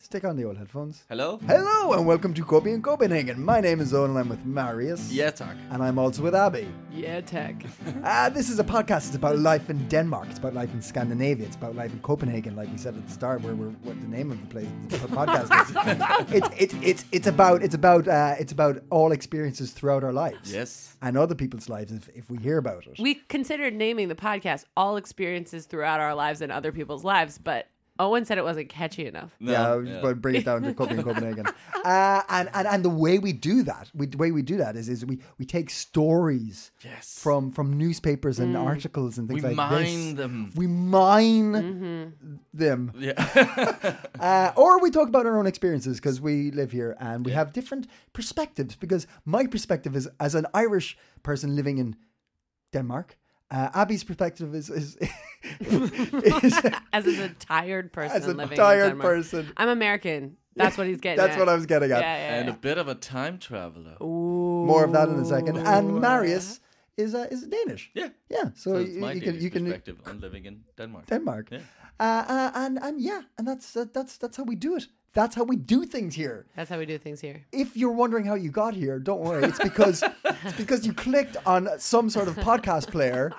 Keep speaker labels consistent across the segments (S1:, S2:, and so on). S1: Stick on the old headphones.
S2: Hello?
S1: Hello and welcome to Kobe in Copenhagen. My name is Owen and I'm with Marius.
S2: Yeah, talk.
S1: And I'm also with Abby.
S3: Yeah, tech.
S1: Uh, this is a podcast. It's about life in Denmark. It's about life in Scandinavia. It's about life in Copenhagen, like we said at the start, where we're what the name of the place the podcast is. it's it's it's it's about it's about uh, it's about all experiences throughout our lives.
S2: Yes.
S1: and other people's lives if, if we hear about it.
S3: we considered naming the podcast All Experiences Throughout Our Lives and Other People's Lives, but Owen said it wasn't catchy enough.
S2: No,
S1: yeah, I was
S2: yeah.
S1: going to bring it down to Copenhagen, Copenhagen. Uh, and, and and the way we do that, we, the way we do that is is we, we take stories
S2: Yes.
S1: from from newspapers
S3: Mm.
S1: and articles and things
S2: We
S1: like
S2: mine
S1: this.
S2: them.
S1: We mine
S3: Mm-hmm.
S1: them.
S2: yeah.
S1: Uh, or we talk about our own experiences because we live here and we have different perspectives. Because my perspective is as an Irish person living in Denmark, uh, Abby's perspective is is, is
S3: As is a tired person
S1: As a
S3: living in
S1: tired
S3: Denmark.
S1: person.
S3: I'm American. That's what he's getting
S1: that's
S3: at.
S1: what I was getting
S3: yeah,
S1: at.
S3: yeah,
S2: and a
S3: yeah.
S2: bit of a time traveler.
S1: More of that in a second. And Marius is uh, is Danish.
S2: Yeah.
S1: yeah. So,
S2: So it's
S1: you,
S2: my
S1: you can
S2: Danish
S1: you can
S2: perspective on living in Denmark.
S1: Denmark.
S2: Yeah.
S1: Uh, uh, and and yeah, and that's uh, that's that's how we do it. That's how we do things here.
S3: That's how we do things here.
S1: if you're wondering how you got here, don't worry. It's because it's because you clicked on some sort of podcast player.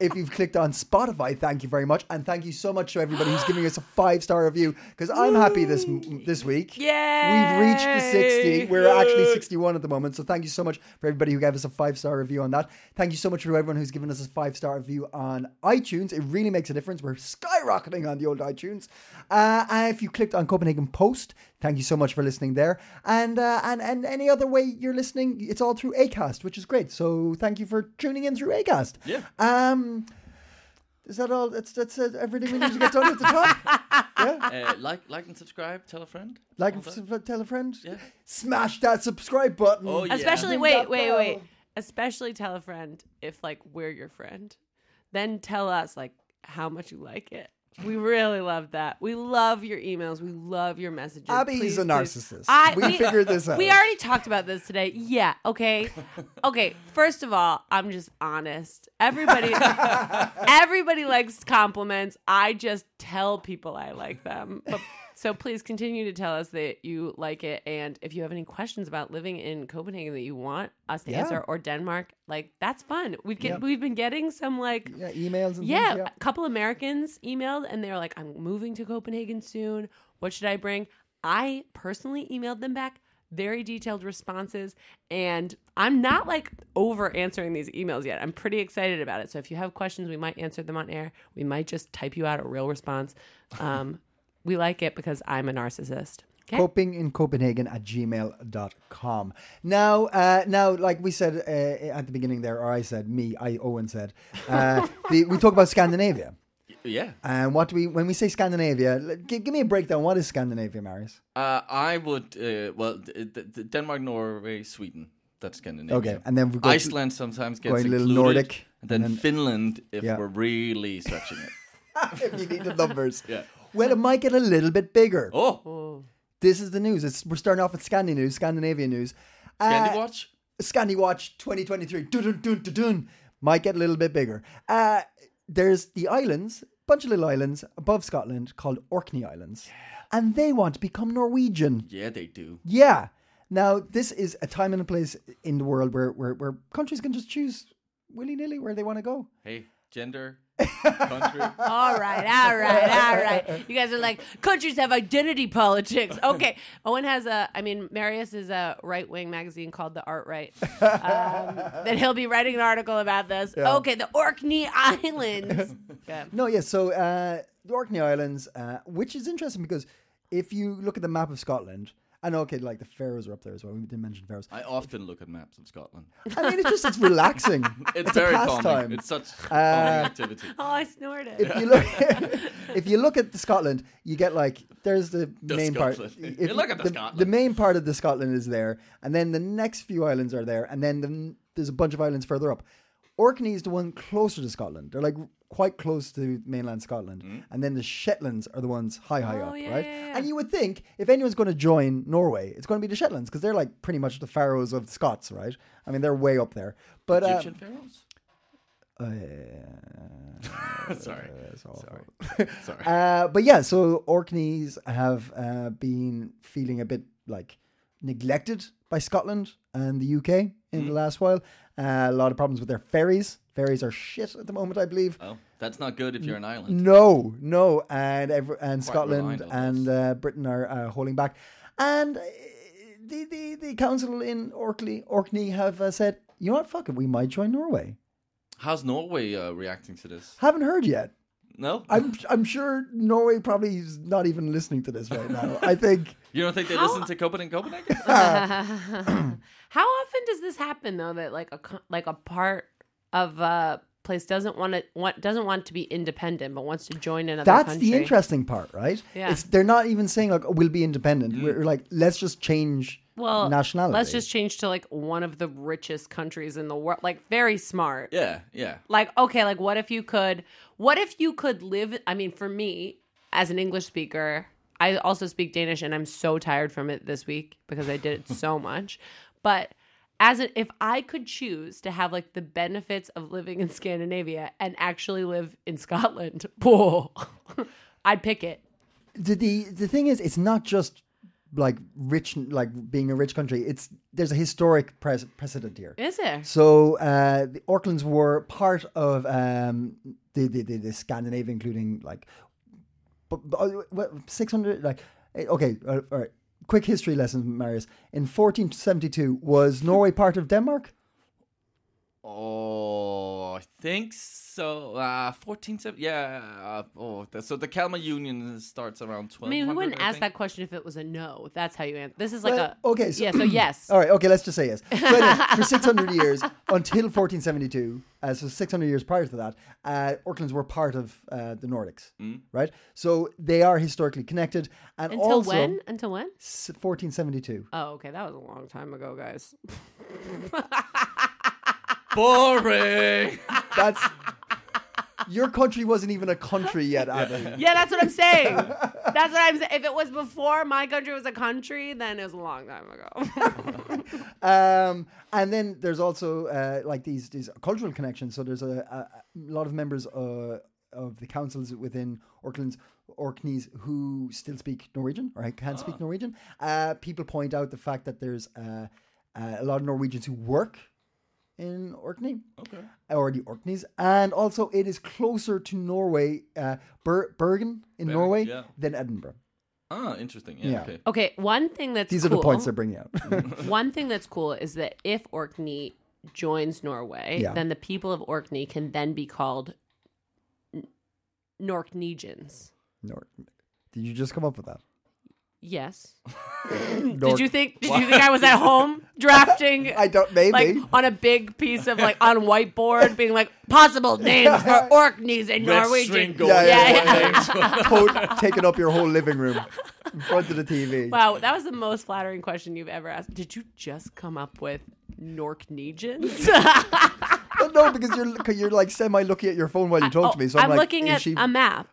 S1: If you've clicked on Spotify, thank you very much, and thank you so much to everybody who's giving us a five star review. Because I'm happy this this week.
S3: Yay!
S1: we've reached the sixty. We're actually sixty one at the moment. So thank you so much for everybody who gave us a five star review on that. Thank you so much for everyone who's given us a five star review on iTunes. It really makes a difference. We're skyrocketing on the old iTunes. Uh, and if you clicked on Copenhagen Post, thank you so much for listening there. And uh, and and any other way you're listening, it's all through Acast, which is great. So thank you for tuning in through Acast.
S2: Yeah.
S1: Um. Is that all? That's that's uh, everything we need to get done at the top.
S2: Uh, like, like and subscribe. Tell a friend.
S1: Like,
S2: All
S1: and
S2: that.
S1: sub- tell a friend.
S2: Yeah.
S1: Smash that subscribe button.
S2: Oh, yeah.
S3: Especially,
S1: Ring
S3: wait,
S1: that
S3: wait,
S1: bell.
S3: wait. Especially tell a friend if, like, we're your friend. Then tell us, like, how much you like it. We really love that. We love your emails. We love your messages.
S1: Abby's
S3: Please,
S1: a
S3: please.
S1: narcissist.
S3: I-
S1: we, figured this out.
S3: We already talked about this today. Yeah. Okay. Okay. First of all, I'm just honest. Everybody, everybody likes compliments. I just tell people I like them. But, so please continue to tell us that you like it, and if you have any questions about living in Copenhagen that you want us to
S1: Yeah.
S3: answer, or Denmark, like that's fun. We've get
S1: Yeah.
S3: we've been getting some like
S1: yeah, emails and
S3: yeah,
S1: things.
S3: a couple Americans emailed and they were like, I'm moving to Copenhagen soon. What should I bring? I personally emailed them back very detailed responses. And I'm not like over answering these emails yet. I'm pretty excited about it. So if you have questions, we might answer them on air. We might just type you out a real response. Um, we like it because I'm a narcissist. Okay.
S1: coping in copenhagen at gmail.com now uh, now like we said uh, at the beginning there or i said me i owen said uh, the, we talk about scandinavia
S2: Yeah.
S1: and what do we when we say scandinavia l- gi- give me a breakdown what is scandinavia marius
S2: Uh, I would. Uh, well, d- d- d- Denmark, Norway, Sweden. That's Scandinavia.
S1: Okay, and then we go to-
S2: Iceland sometimes gets
S1: going a little
S2: included,
S1: Nordic,
S2: and then,
S1: and then-
S2: Finland if
S1: Yeah.
S2: we're really stretching it.
S1: if you need the numbers
S2: Yeah.
S1: well it might get a little bit bigger
S2: Oh,
S1: this is the news it's, we're starting off with scandi news scandinavia news Uh,
S2: Candy Watch.
S1: Scandi Watch 2023 dun, dun, dun, dun, might get a little bit bigger. Uh, there's the islands, bunch of little islands above Scotland called Orkney Islands, and they want to become Norwegian.
S2: Yeah, they do.
S1: Yeah. Now this is a time and a place in the world where where, where countries can just choose willy nilly where they want to go.
S2: Hey, gender, country.
S3: All right, all right, all right. You guys are like countries have identity politics. Okay, Owen has a. I mean, Marius is a right wing magazine called The Art Right. Um, that he'll be writing an article about this. Okay, the Orkney Islands. Yeah.
S1: No, yeah. So uh, the Orkney Islands, uh, which is interesting because if you look at the map of Scotland, I know, okay, like the Faroes are up there as well. We didn't mention Faroes.
S2: I often look at maps of Scotland.
S1: I mean, it's just it's relaxing.
S2: It's,
S1: a
S2: very calming.
S1: pastime.
S2: It's such a
S1: Uh,
S2: calming activity.
S3: Oh, I snorted.
S1: if you look, if you look at the Scotland, you get like there's the,
S2: The
S1: main part.
S2: Scotland. You look at the Scotland.
S1: The main part of the Scotland is there, and then the next few islands are there, and then the, there's a bunch of islands further up. Orkney is the one closer to Scotland. They're like quite close to mainland Scotland,
S2: Mm.
S1: and then the Shetlands are the ones high, high
S3: Oh,
S1: up,
S3: yeah,
S1: right?
S3: yeah, yeah.
S1: And you would think if anyone's going to join Norway, it's going to be the Shetlands because they're like pretty much the Faroes of Scots, right? I mean, they're way up there. But uh, oh,
S2: Egyptian pharaohs?
S1: uh,
S2: Sorry.
S1: it's awful.
S2: Sorry. Sorry.
S1: Uh, but yeah, so Orkneys have uh, been feeling a bit like neglected by Scotland and the UK in the
S2: Mm-hmm.
S1: last while. Uh, a lot of problems with their ferries. Ferries are shit at the moment, I believe.
S2: Well, that's not good if you're an island.
S1: No, no, and every, and Scotland
S2: reliant on
S1: and
S2: this.
S1: uh, Britain are uh, holding back, and uh, the the, the council in Orkney Orkney have uh, said, you know what, fuck it, we might join Norway.
S2: How's Norway uh, reacting to this?
S1: Haven't heard yet.
S2: No,
S1: I'm I'm sure Norway probably is not even listening to this right now. I think
S2: you don't think they
S3: How-
S2: listen to Copenhagen? Copenhagen?
S3: How often does this happen though? That like a co- like a part of a place doesn't want to want doesn't want to be independent, but wants to join another.
S1: that's
S3: country.
S1: the interesting part, right?
S3: Yeah.
S1: It's they're not even saying like oh, we'll be independent. We're like let's just change
S3: Well,
S1: nationality.
S3: Let's just change to like one of the richest countries in the world. Like very smart.
S2: yeah, yeah.
S3: like okay like what if you could what if you could live i mean for me as an english speaker i also speak danish and i'm so tired from it this week because i did it so much but as a, if i could choose to have like the benefits of living in scandinavia and actually live in scotland whoa, i'd pick it
S1: the, the the thing is, it's not just like rich, like being a rich country. It's there's a historic pres- precedent here.
S3: is there
S1: So uh, the Orkneys were part of um, the, the the the Scandinavia, including like, but, six hundred like eh, okay, all right, all right. Quick history lesson, Marius. In 1472, was Norway part of Denmark?
S2: Oh, I think so. Uh, fourteen seven. Yeah. Uh, oh, th- so the Kalmar Union starts around
S3: i
S2: twelve.
S3: mean we wouldn't ask that question if it was a no that's how you answer this is like
S1: Well,
S3: a
S1: okay, so-
S3: yeah so yes
S1: All right, okay, let's just say yes. So anyway, for 600 years until 1472, uh, so 600 years prior to that, uh, Orkneys were part of uh, the Nordics, right? So they are historically connected, and
S3: until
S1: also
S3: when until when
S1: s- 1472.
S3: oh okay that was a long time ago guys
S2: Boring.
S1: That's your country wasn't even a country yet, Abby.
S3: Yeah, that's what I'm saying. That's what I'm saying. If it was before my country was a country, then it was a long time ago.
S1: Um, and then there's also uh, like these these cultural connections. So there's a, a, a lot of members uh, of the councils within Orkland's Orkneys who still speak Norwegian or can speak Norwegian. Uh, people point out the fact that there's uh, uh, a lot of Norwegians who work in Orkney.
S2: Okay.
S1: Or the Orkneys, and also it is closer to Norway, uh, Ber- Bergen in Norway,
S2: yeah.
S1: than Edinburgh.
S2: Ah, interesting. Yeah.
S1: Yeah.
S2: Okay.
S3: okay, one thing that's
S1: These are
S3: cool, Oh.
S1: the points they're bringing out.
S3: One thing that's cool is that if Orkney joins Norway,
S1: Yeah.
S3: then the people of Orkney can then be called N- Norknegians.
S1: Nor- Did you just come up with that?
S3: Yes.
S1: Nork-
S3: Did you think? Did you think I was at home drafting?
S1: I don't. Maybe.
S3: Like on a big piece of like on whiteboard, being like possible names for Orkneys and
S2: Red
S3: Norwegian.
S2: string going
S1: Yeah, yeah,
S3: yeah. yeah.
S1: Tot- taking up your whole living room in front of the TV.
S3: Wow, that was the most flattering question you've ever asked. Did you just come up with Norknegians?
S1: But no, because you're 'cause you're like semi looking at your phone while you talk to me. So I'm,
S3: Oh, I'm
S1: like,
S3: looking
S1: is
S3: at
S1: she-
S3: a map.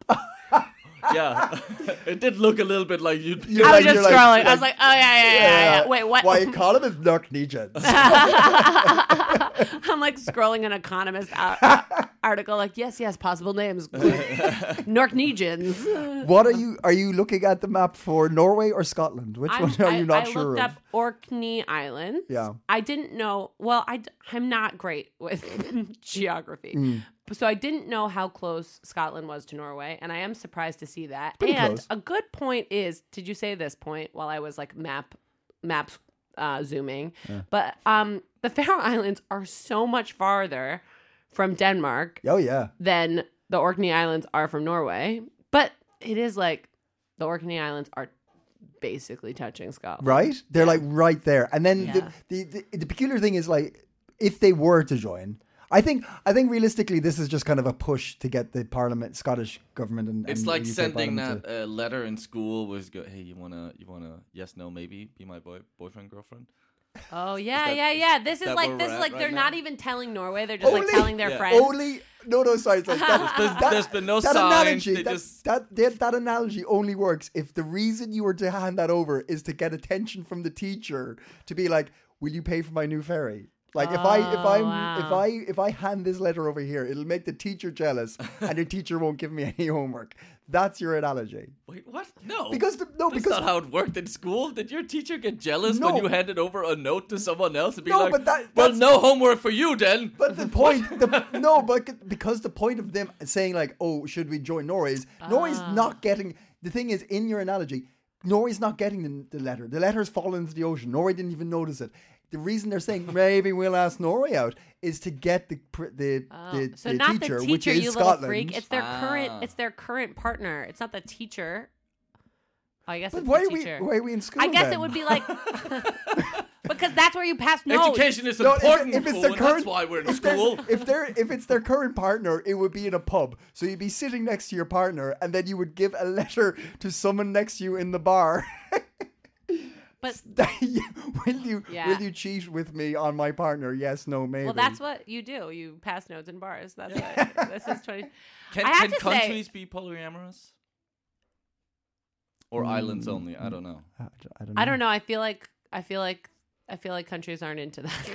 S2: yeah. it did look a little bit like you.
S1: You're
S3: I was just
S1: you're
S3: scrolling. I was like, oh yeah, yeah, yeah, yeah.
S1: uh,
S3: Wait, what?
S1: Why you call him is Norwegians?
S3: I'm like scrolling an Economist ar- article. Like, yes, yes, possible names, Norknegians.
S1: what are you? Are you looking at the map for Norway or Scotland? Which
S3: I'm-
S1: one are you not
S3: I
S1: sure
S3: looked
S1: of?
S3: up Orkney Islands.
S1: Yeah.
S3: I didn't know. Well, I, am not great with geography.
S1: Hmm.
S3: So I didn't know how close Scotland was to Norway, and I am surprised to see that.
S1: Pretty
S3: and
S1: close.
S3: a good point is, did you say this point while I was like map maps uh, zooming? But um, the Faroe Islands are so much farther from Denmark
S1: Oh yeah,
S3: than the Orkney Islands are from Norway. But it is like the Orkney Islands are basically touching Scotland.
S1: right? They're like right there. And then
S3: Yeah.
S1: the, the, the the peculiar thing is like if they were to join, I think I think realistically this is just kind of a push to get the parliament, Scottish government, and
S2: It's
S1: and
S2: like
S1: the UK
S2: sending
S1: parliament
S2: that
S1: to-
S2: uh, letter in school was go, hey, you wanna, you wanna, yes, no, maybe, be my boy, boyfriend, girlfriend.
S3: Oh yeah,
S2: that-
S3: yeah,
S2: is-
S3: yeah. This
S2: is
S3: is
S2: that
S3: like
S2: where
S3: this
S2: we're
S3: is
S2: at
S3: like
S2: right
S3: they're
S2: now?
S3: not even telling Norway. They're just
S1: Only-
S3: like telling their
S2: yeah.
S3: friends.
S1: Only no, no, sorry, sorry. That,
S2: There's-
S1: that-
S2: there's been no
S1: that
S2: signs,
S1: analogy.
S2: they
S1: That,
S2: just-
S1: that, that that analogy only works if the reason you were to hand that over is to get attention from the teacher to be like, "Will you pay for my new ferry?" Like if I if
S3: Oh,
S1: I
S3: wow.
S1: if I if I hand this letter over here, it'll make the teacher jealous, and the teacher won't give me any homework. That's your analogy.
S2: Wait, what? No,
S1: Because the- no,
S2: that's
S1: because-
S2: not how it worked in school. Did your teacher get jealous when
S1: No.
S2: you handed over a note to someone else and be
S1: No,
S2: like,
S1: but that-
S2: "Well,
S1: that's-
S2: no homework for you then."
S1: But the point, the, no, but because the point of them saying like, "Oh, should we join Norway?" is Norway's
S3: Ah.
S1: not getting. The thing is, in your analogy, Norway's not getting the, the letter. The letter's fallen into the ocean. Norway didn't even notice it. The reason they're saying maybe we'll ask Norway out is to get the pr- the,
S3: Oh,
S1: the,
S3: so
S1: the
S3: not
S1: teacher,
S3: the
S1: which
S3: teacher,
S1: is
S3: you
S1: Scotland.
S3: little freak. It's their
S2: Ah.
S3: current. It's their current partner. It's not the teacher. Oh, I guess.
S1: but
S3: it's
S1: why
S3: the
S1: are we
S3: teacher.
S1: why are we in school?
S3: I guess
S1: then?
S3: it would be like because that's where you pass notes.
S2: Education is
S1: No, if it-
S2: important.
S1: if, it's
S2: Owen,
S1: their current,
S2: that's why we're in
S1: if they're-
S2: school.
S1: If they're if it's their current partner, it would be in a pub. So you'd be sitting next to your partner, and then you would give a letter to someone next to you in the bar.
S3: But
S1: will you
S3: Yeah.
S1: will you cheat with me on my partner? Yes, no, maybe.
S3: well, that's what you do. You pass notes in bars. That's what this is twenty.
S2: Can,
S3: I have
S2: can
S3: to say-
S2: countries be polyamorous? Or islands
S1: Mm.
S2: only? I don't know.
S1: I d- I don't know.
S3: I don't know. I feel like I feel like I feel like countries aren't into that.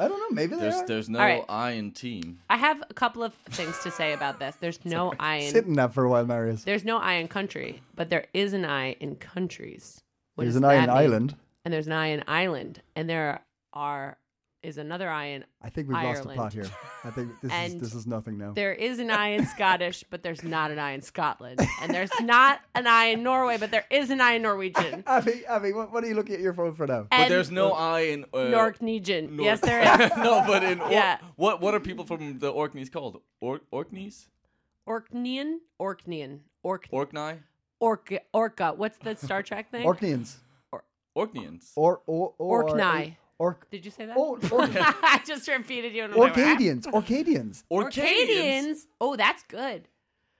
S1: I don't know. Maybe they
S2: There's
S1: are.
S2: there's no
S3: All right.
S2: I in team.
S3: I have a couple of things to say about this. There's no I in
S1: Sit in that for a while, Marius.
S3: there's no I in country, but there is an I in countries. What
S1: There's
S3: does
S1: an eye
S3: that
S1: in
S3: mean?
S1: Ireland.
S3: and there's an I in Ireland, and there are is another I in
S1: I think we've lost the plot
S3: Ireland.
S1: here. I think this is
S3: And
S1: this is nothing now.
S3: there is an I in Scottish, but there's not an I in Scotland, and there's not an I in Norway, but there is an I in Norwegian.
S1: Abby, Abby, what, what are you looking at your phone for now?
S2: But
S3: And
S2: there's no I in uh,
S3: Norwegian.
S2: Nor-
S3: Yes, there is
S2: no, but in Or-
S3: Yeah.
S2: what what are people from the Orkneys called? Or- Orkneys?
S3: Orkneyan, Orkneyan, Ork,
S2: Orkney?
S3: Orca, Orca. What's the Star Trek thing?
S1: Orkneys.
S2: Orkneys.
S1: Or or or
S3: Orkney.
S1: Ork.
S3: Did you say that?
S1: Oh, Ork.
S3: I just repeated you. another way.
S1: Orcadians, Orcadians,
S3: Orcadians. Oh, that's good.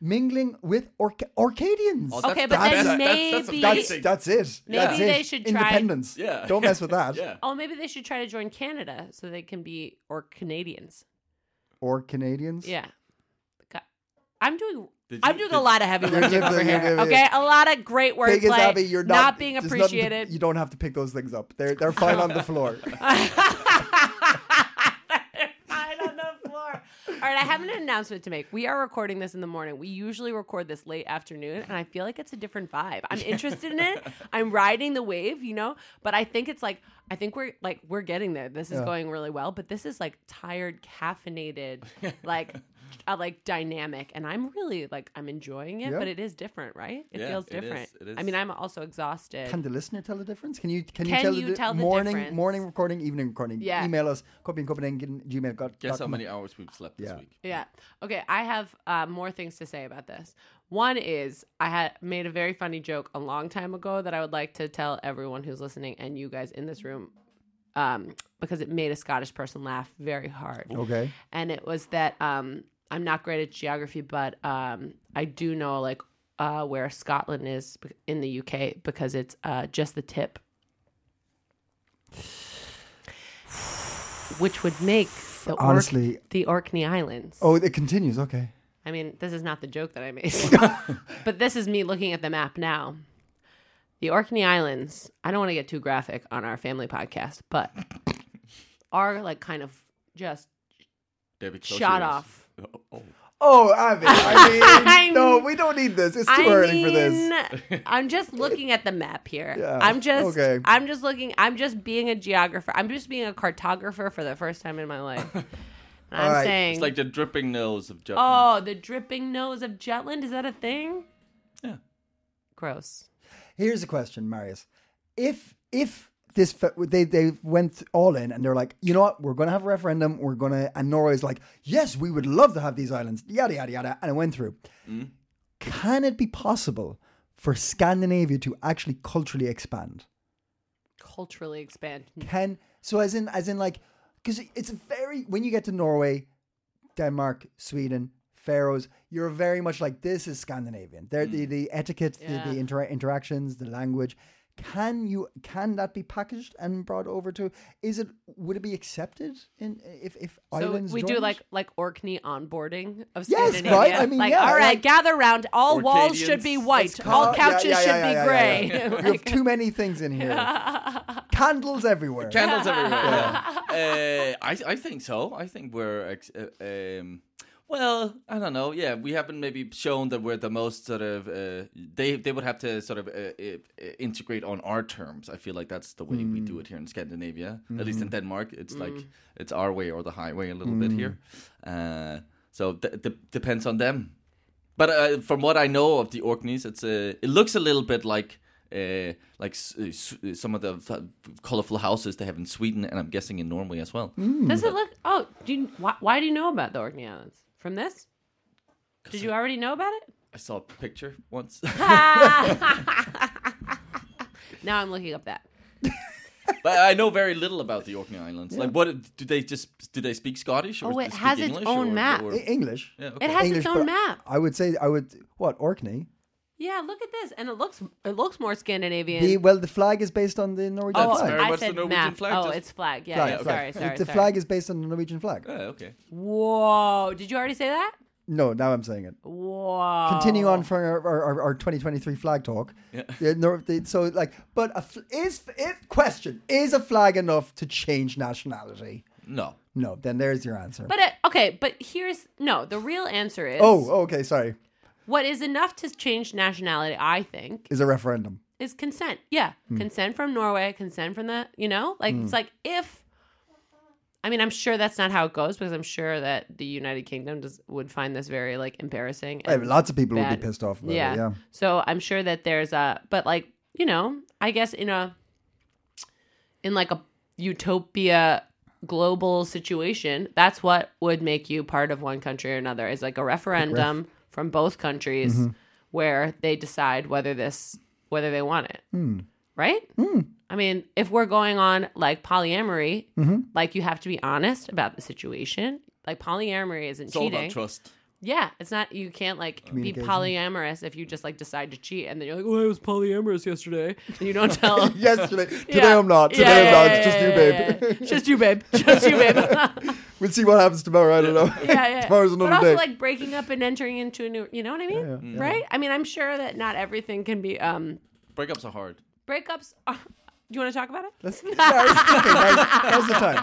S1: mingling with Orca- Orcadians.
S2: Oh, that's
S3: Okay,
S2: the
S3: but
S2: best.
S3: then
S2: That's- that's
S3: maybe-
S1: that's
S2: amazing.
S1: that's it.
S3: Maybe
S1: that's
S3: they
S1: it.
S3: should try-
S1: independence.
S2: Yeah.
S1: don't mess with that.
S2: yeah.
S3: Oh, maybe they should try to join Canada so they can be or Canadians.
S1: Or Canadians.
S3: Yeah. Ca- I'm doing.
S2: Did
S3: I'm
S2: you-
S3: doing
S2: did-
S3: a lot of heavy
S1: You're
S3: lifting
S1: giving-
S3: over
S1: you're
S3: here.
S1: giving-
S3: Okay, a lot of great
S1: Thing is,
S3: wordplay.
S1: Abby, you're not,
S3: being
S1: there's nothing to-
S3: appreciated.
S1: you don't have to pick those things up. They're they're fine on the floor.
S3: Fine on the floor. All right, I have an announcement to make. We are recording this in the morning. We usually record this late afternoon, and I feel like it's a different vibe. I'm interested in it. I'm riding the wave, you know. But I think it's like I think we're like we're getting there. This is
S1: Yeah.
S3: going really well. But this is like tired, caffeinated, like uh, like dynamic, and I'm really like I'm enjoying it.
S1: Yeah.
S3: But it is different, right? It
S2: Yeah,
S3: feels
S2: it is.
S3: different.
S2: It
S3: I
S2: is.
S3: mean, I'm also exhausted.
S1: Can the listener tell the difference? Can you can,
S3: Can
S1: you tell,
S3: you
S1: the, di-
S3: tell the
S1: morning
S3: difference?
S1: morning recording evening recording?
S3: Yeah.
S1: Email us copy and Copenhagen gmail. dot-
S2: Guess
S1: dot
S2: how
S1: com.
S2: many hours we've slept this
S1: Yeah.
S2: week?
S3: Yeah. Okay. I have uh, more things to say about this. One is I had made a very funny joke a long time ago that I would like to tell everyone who's listening and you guys in this room um, because it made a Scottish person laugh very hard.
S1: Okay.
S3: And it was that um, I'm not great at geography, but um, I do know like uh, where Scotland is bec- in the UK because it's uh, just the tip, which would make the Ork-
S1: Honestly-
S3: the Orkney Islands.
S1: Oh, it continues. Okay.
S3: I mean, this is not the joke that I made, but this is me looking at the map now. The Orkney Islands, I don't want to get too graphic on our family podcast, but are like kind of just
S2: Debbie, close
S3: shot
S2: your ears.
S3: off.
S2: Oh, oh.
S1: Oh, Abby, I mean, no, we don't need this. It's too
S3: I
S1: early for this.
S3: mean, I'm just looking at the map here.
S1: Yeah,
S3: I'm just
S1: okay.
S3: I'm just looking I'm just being a geographer. I'm just being a cartographer for the first time in my life. And I'm
S1: right.
S3: saying
S2: It's like the dripping nose of Jutland.
S3: Oh, the dripping nose of Jutland, is that a thing?
S2: Yeah.
S3: Gross.
S1: Here's a question, Marius. If if this fe- they they went all in and they're like, you know what, we're gonna have a referendum. We're gonna and Norway's like, yes, we would love to have these islands. Yada yada yada, and it went through. Can it be possible for Scandinavia to actually culturally expand?
S3: Culturally expand.
S1: Can so as in as in like because it's a very when you get to Norway, Denmark, Sweden, Faroes, you're very much like this is Scandinavian. There the the etiquette, the, the
S3: Mm. Yeah.
S1: inter- interactions, the language. Can you can that be packaged and brought over to? Is it would it be accepted in if if
S3: So
S1: islands
S3: we do
S1: joined?
S3: like like Orkney onboarding of
S1: Yes,
S3: Scandinavia.
S1: right? I mean,
S3: like,
S1: yeah,
S3: all right,
S1: like-
S3: gather round. All walls
S2: Orcadians.
S3: should be
S2: It's
S3: white.
S1: Oh,
S3: All
S1: yeah,
S3: couches
S1: yeah, yeah,
S3: should
S1: yeah, yeah,
S3: be
S1: yeah.
S3: gray.
S1: You have too many things in here. Candles everywhere.
S2: Candles everywhere. yeah. Uh, I I think so. I think we're ex- uh, um, well. I don't know. Yeah, we haven't maybe shown that we're the most sort of. Uh, they they would have to sort of uh, uh, integrate on our terms. I feel like that's the way we do it here in Scandinavia. At least in Denmark, it's like it's our way or the highway a little bit here. Uh, so d- d- depends on them. But uh, from what I know of the Orkneys, it's uh, it looks a little bit like uh, like s- uh, s- uh, some of the f- colorful houses they have in Sweden, and I'm guessing in Norway as well.
S1: Hmm.
S3: Does it look? Oh, do you, why, why do you know about the Orkney Islands from this? Did you already know about it?
S2: I saw a picture once,
S3: Now I'm looking up that.
S2: but I know very little about the Orkney Islands. Like, what do they just do? They speak Scottish? Or
S3: Oh,
S2: do
S3: it
S2: they
S3: has
S2: speak
S3: its
S2: English
S3: own
S2: or-
S3: map.
S2: or-
S1: E- English.
S2: yeah, okay.
S3: It has
S1: English,
S3: its own
S1: but
S3: map.
S1: I would say I would what Orkney.
S3: Yeah, look at this, and it looks it looks more Scandinavian.
S1: The well, the flag is based on the Norwegian
S3: oh,
S2: That's
S1: flag.
S2: very
S3: I
S2: much the
S3: said
S2: Norwegian
S3: map.
S2: flag,
S3: oh,
S2: just-
S3: it's flag. Yeah,
S1: Flag,
S3: yeah,
S1: flag.
S3: sorry, sorry.
S1: the
S3: sorry.
S1: flag is based on the Norwegian flag.
S2: Yeah, okay.
S3: Whoa! Did you already say that?
S1: No, now I'm saying it.
S3: Whoa!
S1: Continue on for our, our, our, our 2023 flag talk. Yeah. Nor- the- so like, but a fl- is if question is a flag enough to change nationality?
S2: No,
S1: No, then there's your answer.
S3: But it, okay, but here's no. The real answer is
S1: oh, okay, sorry.
S3: what is enough to change nationality. I think
S1: Is a referendum.
S3: is consent. Yeah,
S1: Hmm.
S3: consent from Norway, consent from the you know, like it's like if. I mean, I'm sure that's not how it goes because I'm sure that the United Kingdom does, would find this very like embarrassing.
S1: I have
S3: and-
S1: lots of people would
S3: bad.
S1: be pissed off. About yeah. It, yeah.
S3: So I'm sure that there's a, but like you know, I guess in a, in like a utopia global situation, that's what would make you part of one country or another is like a referendum from both countries
S1: Mm-hmm.
S3: where they decide whether this whether they want it,
S1: Hmm.
S3: right? I mean, if we're going on like polyamory,
S1: Mm-hmm.
S3: like you have to be honest about the situation. Like polyamory isn't
S2: it's all
S3: cheating.
S2: about trust.
S3: Yeah, it's not. You can't like be
S1: Communication.
S3: polyamorous if you just like decide to cheat and then you're like, "Oh, I was polyamorous yesterday," and you don't tell.
S1: Yesterday, today
S3: Yeah.
S1: I'm not. Today
S3: Yeah,
S1: I'm
S3: yeah,
S1: not.
S3: yeah,
S1: it's just you,
S3: yeah,
S1: babe.
S3: yeah, yeah. Just you, babe. Just you, babe. yeah,
S1: we'll see what happens tomorrow. I don't know.
S3: yeah.
S1: Tomorrow's
S3: but
S1: another
S3: also
S1: day.
S3: like breaking up and entering into a new. You know what I mean? Right? I mean, I'm sure that not everything can be. um
S2: Breakups are hard.
S3: Breakups. Are, you want to talk about it?
S1: Let's, yeah, okay, now's- now's the time.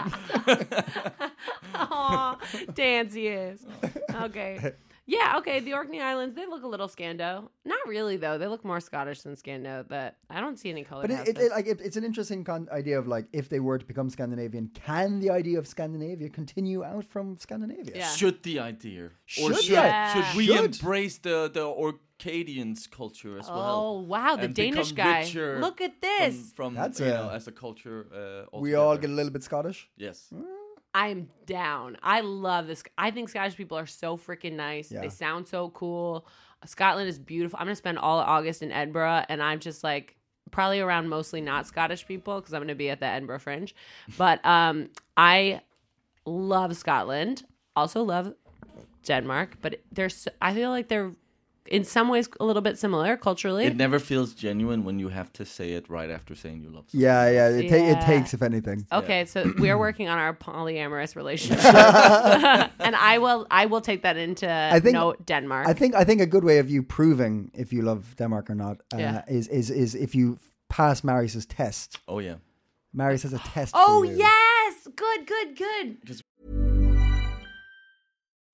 S3: Aw, Dancy is. Okay. Yeah, okay, the Orkney Islands, they look a little Scando. Not really, though. They look more Scottish than Scando, but I don't see any color.
S1: But it, it, it, like, it, it's an interesting con- idea of like if they were to become Scandinavian, can the idea of Scandinavia continue out from Scandinavia?
S3: Yeah.
S2: Should the idea or
S1: Should
S2: should,
S3: Yeah.
S2: should we
S1: Should.
S2: embrace the the Orcadians culture as well?
S3: Oh wow, the
S2: and
S3: Danish
S2: become
S3: guy!
S2: richer
S3: Look at
S2: from,
S3: this.
S2: from
S1: That's
S2: you
S1: a-
S2: know as a culture. Uh,
S1: We all get Mm. a
S2: altogether.
S1: little bit Scottish.
S2: yes.
S3: I am down. I love this. I think Scottish people are so freaking nice.
S1: Yeah.
S3: They sound so cool. Scotland is beautiful. I'm gonna spend all of August in Edinburgh, and I'm just like probably around mostly not Scottish people because I'm gonna be at the Edinburgh Fringe. But um, I love Scotland. Also love Denmark. But there's so, I feel like they're in some ways a little bit similar culturally.
S2: It never feels genuine when you have to say it right after saying you love someone.
S1: Yeah, yeah. It, ta- it
S3: Yeah.
S1: takes, if anything.
S3: Okay, so we're working on our polyamorous relationship, and I will I will take that into
S1: think-
S3: note Denmark.
S1: I think I think a good way of you proving if you love Denmark or not uh,
S3: Yeah.
S1: is is is if you pass Marius's test.
S2: Oh yeah.
S1: Marius has a test. for
S3: oh
S1: you.
S3: yes, good, good, good.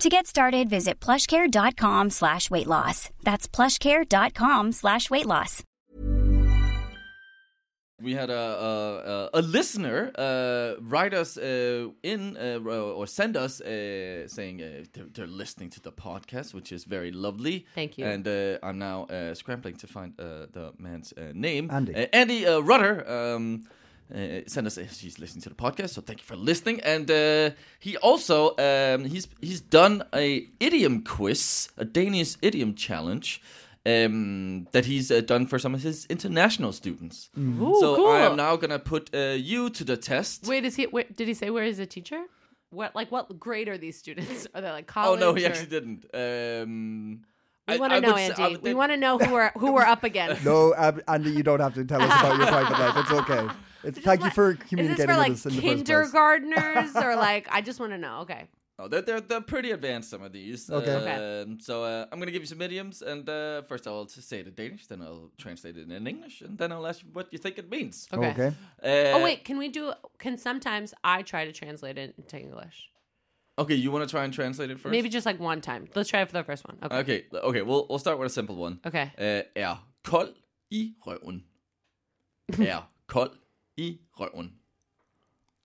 S4: To get started, visit plushcare.com slash weight loss. That's plushcare.com slash weight loss.
S2: we had a a, a, a listener uh, write us uh, in uh, or send us uh, saying uh, they're, they're listening to the podcast, which is very lovely.
S3: Thank you.
S2: And uh, I'm now uh, scrambling to find uh, the man's uh, name.
S1: Andy.
S2: Uh, Andy uh, Rutter. Um, uh, send us if she's listening to the podcast. So thank you for listening. And uh, he also um, he's he's done a idiom quiz, a Danish idiom challenge. Um, that he's uh, done for some of his international students.
S3: Ooh,
S2: so
S3: cool.
S2: I am now gonna put uh, you to the test.
S3: Wait, is he? Wait, did he say where is a teacher? What like what grade are these students? Are they like
S2: oh
S3: college?
S2: no, he
S3: or-
S2: actually didn't. Um,
S3: We
S2: I-
S3: want to
S2: I
S3: know,
S2: would say-
S3: Andy.
S2: I would-
S3: we want to know who we're who we're up against.
S1: No, Ab- Andy, you don't have to tell us about your private life. It's okay. It's, thank you for communicating
S3: Is this for like
S1: with us in the first place.
S3: kindergartners or like I just want to know. Okay,
S2: No, Oh, they're, they're they're pretty advanced. Some of these.
S1: Okay.
S3: Okay.
S2: Um, so uh, I'm gonna give you some idioms, and uh, first I'll just say it in Danish, then I'll translate it in English, and then I'll ask you what you think it means.
S3: okay.
S1: Oh, Okay.
S2: Uh,
S3: Oh wait, can we do? Can sometimes I try to translate it into English?
S2: Okay, you want to try and translate it first?
S3: Maybe just like one time. Let's try it for the first one. Okay.
S2: Okay. Okay. We'll we'll start with a simple one.
S3: Okay.
S2: Uh, er kold i røven. er kold i røven.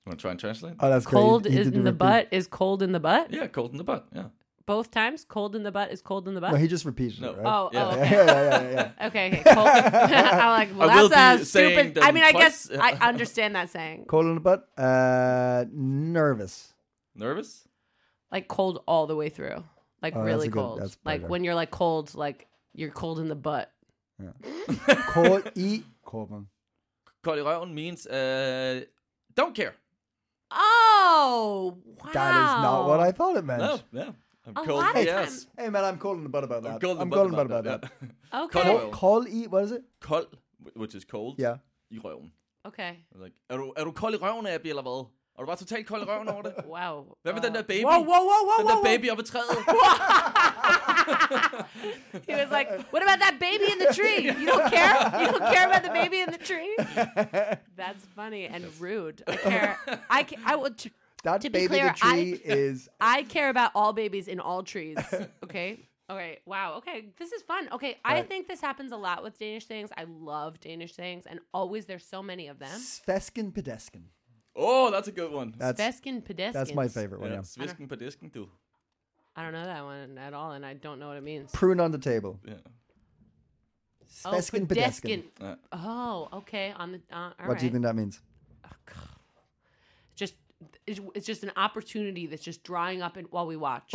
S2: You want to try and translate?
S1: Oh, that's
S3: Cold
S1: great. He
S3: is
S1: did
S3: in the
S1: repeat.
S3: butt is cold in the butt.
S2: yeah, cold in the butt. Yeah.
S3: Both times, cold in the butt is cold in the butt.
S1: No, he just repeated
S2: No.
S1: it, right?
S3: oh,
S2: Yeah.
S3: oh,
S1: Yeah,
S3: okay.
S1: yeah, yeah, yeah.
S3: Okay, okay. Cold. I'm like, well,
S2: I will
S3: that's
S2: be
S3: a
S2: saying
S3: stupid.
S2: them
S3: I mean, I
S2: twice.
S3: guess I understand that saying.
S1: Cold in the butt. Uh, nervous.
S2: Nervous?
S3: Like cold all the way through. Like
S1: Oh, that's
S3: really
S1: a good-
S3: cold.
S1: that's
S3: like
S1: better.
S3: when you're like cold, like you're cold in the butt.
S1: Cold eat. Cold man.
S2: Kold i røven means uh, don't care.
S3: Oh, wow.
S1: That is not what I thought it meant.
S2: No. Yeah. I'm
S3: A
S2: cold.
S3: lot of
S2: yes.
S3: times-
S1: Hey man, I'm cold in the butt about that.
S2: I'm cold in the
S1: cold in
S2: butt
S1: the butt about that.
S2: yeah.
S3: Okay.
S2: Cold.
S1: Cold, cold eat. What is it?
S2: kold, which is cold.
S1: Yeah.
S2: I røven.
S3: Okay.
S2: Like, er du, er du kold i røven, Abby, eller hvad? Er du bare totalt kold i røven over det?
S3: Wow.
S2: Hvad med
S3: wow.
S2: den der baby?
S1: Whoa, whoa, whoa, whoa,
S2: Den
S1: whoa,
S2: der
S1: whoa.
S2: baby oppe i træet.
S3: He was like, "What about that baby in the tree? You don't care? You don't care about the baby in the tree?" That's funny and rude. I care. I ca- I would. T-
S1: That
S3: to be
S1: baby
S3: clear,
S1: the tree is.
S3: I care about all babies in all trees. Okay. All right. Wow. Okay. This is fun. Okay. I
S1: Right.
S3: think this happens a lot with Danish things. I love Danish things, and always there's so many of them.
S1: Svesken pedesken.
S2: Oh, that's a good one.
S1: That's
S3: Beskin pedeskin.
S1: that's my favorite one.
S2: yeah.
S1: Yeah.
S2: Svisken på disken, du.
S3: I don't know that one at all, and I don't know what it means. Oh,
S1: Prune on the table.
S2: Yeah.
S1: Svesken pedesken.
S3: pedeskin.
S2: Yeah.
S3: Oh, okay. On the uh, all right.
S1: What do you think that means?
S3: Just it's, it's just an opportunity that's just drying up in, while we watch.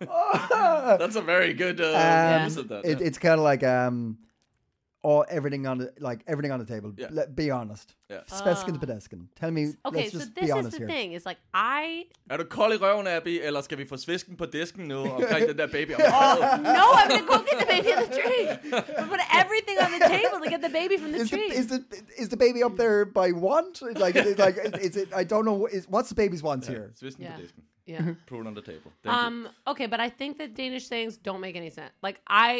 S2: That's a very good uh,
S1: Um,
S2: use of that.
S1: it,
S2: yeah.
S1: it's kind of like um, all everything on the like everything on the table.
S2: Yeah.
S1: Let- be honest.
S2: Yeah.
S1: Svesken pedesken. Tell me.
S3: Ah. Okay,
S1: let's
S3: so
S1: just
S3: this
S1: be
S3: is
S1: honest
S3: the
S1: here.
S3: thing. It's like I
S2: Er du kold i røven, Abby, eller skal vi få svisken på disken nu omkring den der baby? Om oh.
S3: no, I'm gonna go get the baby in the tree. We put everything on the table to get the baby from the
S1: Is the,
S3: tree.
S1: is the is the baby up there by want? Like is, like is it? I don't know. what Is, what's the baby's wants here?
S2: Svisken
S3: Yeah.
S2: på disken.
S3: yeah.
S1: Mhm.
S2: Prune on the table. Thank you.
S3: Um. Okay, but I think that Danish sayings don't make any sense. Like I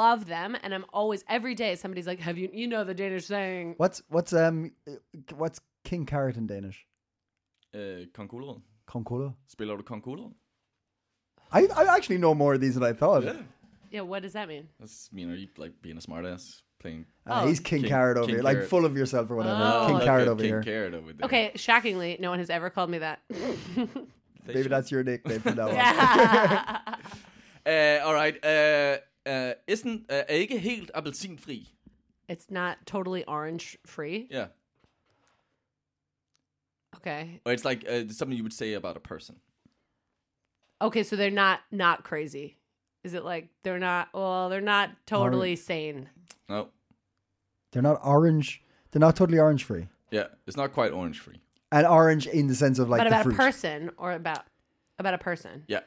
S3: love them, and I'm always every day somebody's like, "Have you? You know the Danish saying."
S1: What's what's um uh, what's king carrot in Danish?
S2: Øh, Kong Gulerod.
S1: Konkula.
S2: Spiller du Kong Gulerod?
S1: I I actually know more of these than I thought.
S3: Yeah. What does that mean?
S2: That's, you know, you like being a smartass, playing...
S1: Ah,
S3: Oh.
S1: he's king,
S2: King-
S1: carrot over
S2: king
S1: here, like
S2: carrot.
S1: full of yourself or whatever.
S3: Oh,
S1: king
S3: like
S1: carrot
S2: a
S1: over
S2: uh, king
S1: here.
S2: Carrot over there.
S3: Okay. Shockingly, no one has ever called me that.
S2: They
S1: Maybe
S2: should-
S1: that's your nickname from now on.
S2: Uh, all right. Uh, uh, isn't, uh, er ikke helt appelsinfri.
S3: it's not totally orange free.
S2: Yeah.
S3: Okay.
S2: Or it's like uh, something you would say about a person.
S3: Okay, so they're not not crazy. Is it like they're not? Well, they're not totally sane.
S2: No.
S1: They're not orange. They're not totally orange free.
S2: Yeah. It's not quite orange free.
S1: And orange in the sense of like
S3: but
S1: the
S3: about
S1: fruit.
S3: a person or about about a person.
S2: Yeah.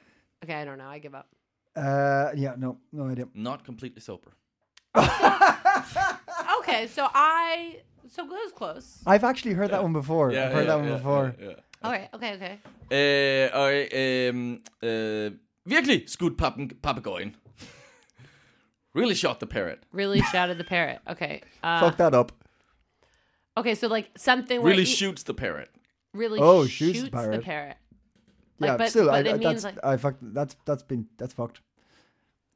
S3: Okay, I don't know. I give up.
S1: uh, yeah, no, no idea.
S2: Not completely sober.
S3: Okay, so I so it was close.
S1: I've actually heard that one before. I've heard that one
S2: yeah,
S1: before.
S2: Yeah, yeah.
S3: All right. Okay. Okay.
S2: Øh, og øhm, øh, virkelig skudt pappen, papegøjen. really shot the parrot.
S3: Really shouted the parrot. Okay. Uh,
S1: Fuck that up.
S3: okay. So like something where
S2: Really
S3: he
S2: shoots the parrot.
S3: Really
S1: Oh,
S3: shoots,
S1: shoots the
S3: the parrot.
S1: parrot. Yeah,
S3: but-
S1: still,
S3: but
S1: I,
S3: it
S1: I,
S3: means
S1: that's
S3: like-
S1: I fucked. That's that's been that's fucked.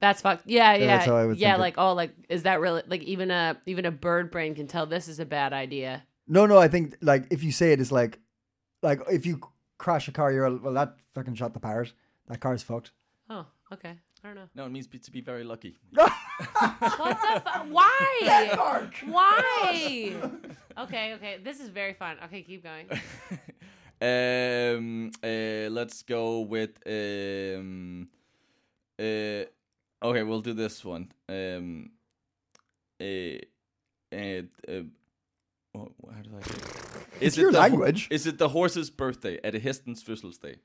S3: That's fucked. Yeah, yeah,
S1: Yeah, that's how I would
S3: yeah.
S1: think it.
S3: Like, oh, like is that really like even a even a bird brain can tell this is a bad idea.
S1: No, no, I think like if you say it is like, like if you crash a car, you're all, well that fucking shot the parrot. That car's fucked.
S3: Oh, okay. I don't know.
S2: No, it means be- to be very lucky.
S3: What the fu- Why? Why? okay, okay. This is very fun. Okay, keep going.
S2: Um, uh, let's go with um, uh, okay, we'll do this one. Um, uh, uh, uh, oh, how do I? do it? Is
S1: your
S2: the ho-
S1: language.
S2: is it the horse's birthday? At a histens day.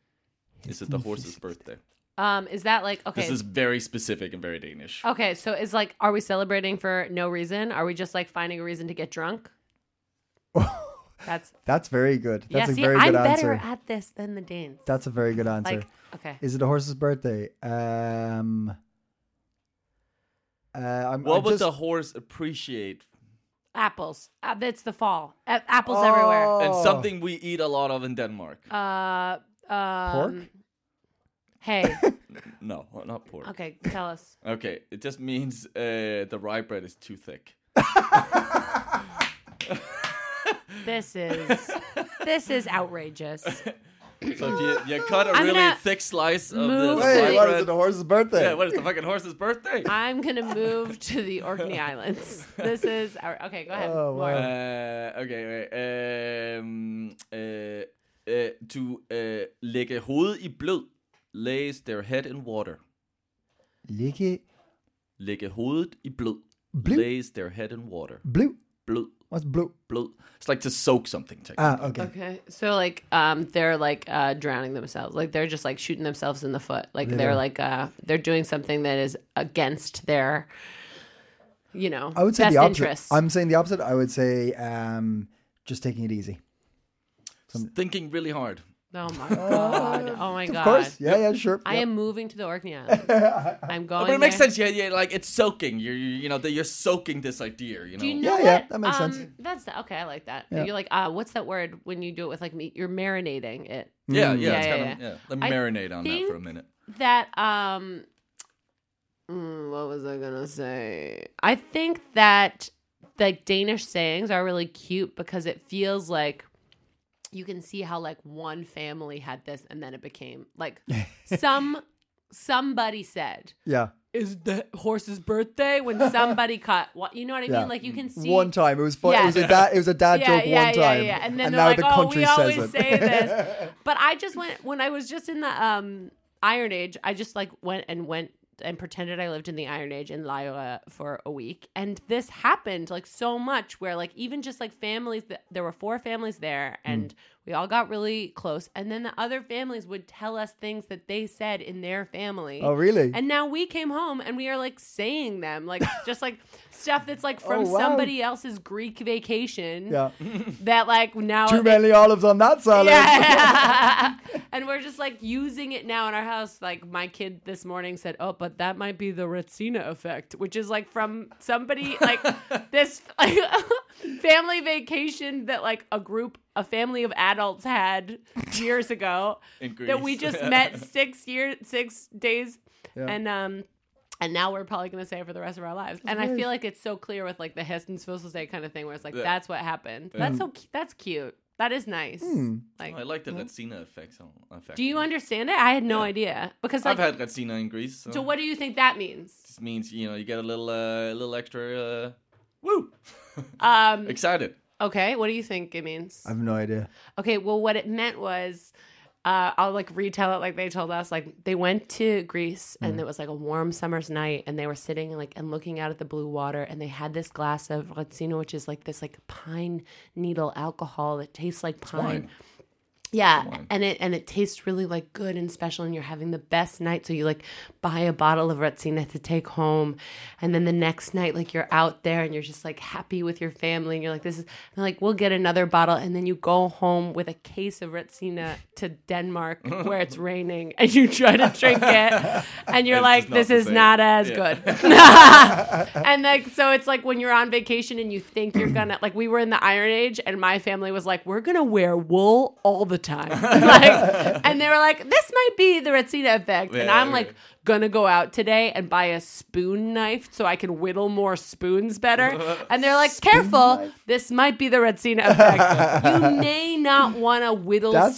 S2: Is it the horse's birthday?
S3: Um, is that like okay? Oh.
S2: This is very specific and very Danish.
S3: okay, so it's like, are we celebrating for no reason? Are we just like finding a reason to get drunk? That's
S1: That's very good. That's
S3: yeah.
S1: a
S3: See,
S1: very
S3: I'm
S1: good
S3: better
S1: answer.
S3: at this than the Danes.
S1: That's a very good answer.
S3: like okay.
S1: Is it a horse's birthday? Um. Uh, I'm,
S2: What
S1: I
S2: would
S1: just,
S2: the horse appreciate?
S3: apples. Uh, it's the fall. Uh, apples everywhere.
S2: And
S1: Oh.
S2: something we eat a lot of in Denmark.
S3: Uh, um,
S1: Pork?
S3: Hey.
S2: no, not pork.
S3: Okay, tell us.
S2: Okay, it just means uh, the rye bread is too thick.
S3: This is this is outrageous.
S2: So if you, you cut a
S3: I'm
S2: really
S3: gonna
S2: thick slice of the
S3: move
S2: rye
S3: to-
S1: Hey, what is
S2: bread-
S1: it? A horse's birthday?
S2: Yeah, what is the fucking horse's birthday?
S3: I'm gonna move to the Orkney Islands. This is our okay. Go ahead.
S1: Oh,
S3: More.
S1: wow.
S2: Uh, okay, wait, um, uh, uh, to uh, lægge hovedet i blød, lays their head in water.
S1: Leaky
S2: Lægge hovedet i blød,
S1: Blød?
S2: lays their head in water.
S1: blue.
S2: Blød,
S1: What's blue?
S2: blød. It's like to soak something. technically.
S1: Ah, okay.
S3: Okay, so like um, they're like uh, drowning themselves. Like they're just like shooting themselves in the foot. Like they're like uh, they're doing something that is against their, you know,
S1: I would say
S3: best
S1: the opposite.
S3: interests.
S1: I'm saying the opposite. I would say um, just taking it easy.
S2: Thinking really hard.
S3: oh my god! Oh my god!
S1: Of course. Yeah, yeah, sure.
S3: I
S1: Yep.
S3: am moving to the Orkney Islands. I'm going.
S2: But it makes
S3: there.
S2: sense. Yeah, yeah. Like it's soaking. You're, you you know, that you're soaking this idea. You know.
S3: Do you know
S1: Yeah, yeah,
S3: what? um,
S1: that makes sense.
S3: That's the, okay. I like that.
S1: Yeah.
S3: You're like, uh, what's that word when you do it with like meat? You're marinating it.
S2: Yeah, yeah.
S3: Yeah,
S2: it's
S3: yeah,
S2: kinda,
S3: yeah.
S2: yeah. Mm. Let me
S3: I
S2: marinate on that for a
S3: think-
S2: minute.
S3: That um, mm, what was I gonna say? I think that like Danish sayings are really cute because it feels like you can see how like one family had this and then it became like some somebody said
S1: yeah.
S3: is the horse's birthday when somebody caught what you know what I
S1: Yeah.
S3: mean like you can see
S1: One time it was fun. It
S3: Yeah.
S1: was a dad. It was a dad
S3: yeah,
S1: joke
S3: yeah,
S1: one
S3: Yeah,
S1: time.
S3: yeah. And then they're
S1: now
S3: like,
S1: the
S3: "Oh,
S1: country
S3: we
S1: says
S3: always
S1: it.
S3: say this." But I just went when I was just in the um, Iron Age. I just like went and went and pretended I lived in the Iron Age in Lyra for a week, and this happened like so much where like even just like families that there were four families there,
S1: Mm.
S3: and we all got really close, and then the other families would tell us things that they said in their family.
S1: oh, really?
S3: And now we came home and we are like saying them, like just like stuff that's like from
S1: Oh, wow.
S3: somebody else's Greek vacation
S1: yeah.
S3: that like now
S1: Too many olives on that salad.
S3: yeah. and we're just like using it now in our house. Like my kid this morning said, "Oh, but that might be the Retsina effect," which is like from somebody like this like, family vacation that like a group, a family of adults had years ago
S2: In
S3: that we
S2: Greece.
S3: just met six years, six days, and um. And now we're probably going to say it for the rest of our lives. and I feel like it's so clear with like the Heston's Fossil Day kind of thing where it's like,
S2: Yeah.
S3: that's what happened. That's so cu- that's cute. That is nice. Like,
S2: I like the Retsina effect. so- effect.
S3: Hmm? do you understand it? I had no idea because like,
S2: I've had Retsina in Greece. So,
S3: so what do you think that means?
S2: This means you know you get a little, uh, a little extra. Uh, woo!
S3: Um,
S2: Excited.
S3: okay, what do you think it means?
S1: I have no idea.
S3: Okay, well, what it meant was, uh, I'll like retell it like they told us. Like they went to Greece and it was like a warm summer's night, and they were sitting like and looking out at the blue water, and they had this glass of Retsina, which is like this like pine needle alcohol that tastes like pine.
S2: Fine.
S3: Yeah, and it and it tastes really like good and special, and you're having the best night. So you like buy a bottle of Retsina to take home, and then the next night, like you're out there and you're just like happy with your family, and you're like, this is and they're like we'll get another bottle, and then you go home with a case of Retsina to Denmark where it's raining, and you try to drink it, and you're
S2: just
S3: like,
S2: not
S3: this
S2: the
S3: is
S2: same.
S3: not as
S2: Yeah.
S3: good, and like so it's like when you're on vacation and you think you're gonna like we were in the Iron Age, and my family was like, we're gonna wear wool all the time. Like, and they were like, "This might be the Retsina effect," and
S2: Yeah,
S3: I'm
S2: yeah.
S3: like, gonna go out today and buy a spoon knife so I can whittle more spoons better. And they're like, careful,
S1: knife?
S3: this might be the Retsina effect. you may not wanna whittle
S1: That's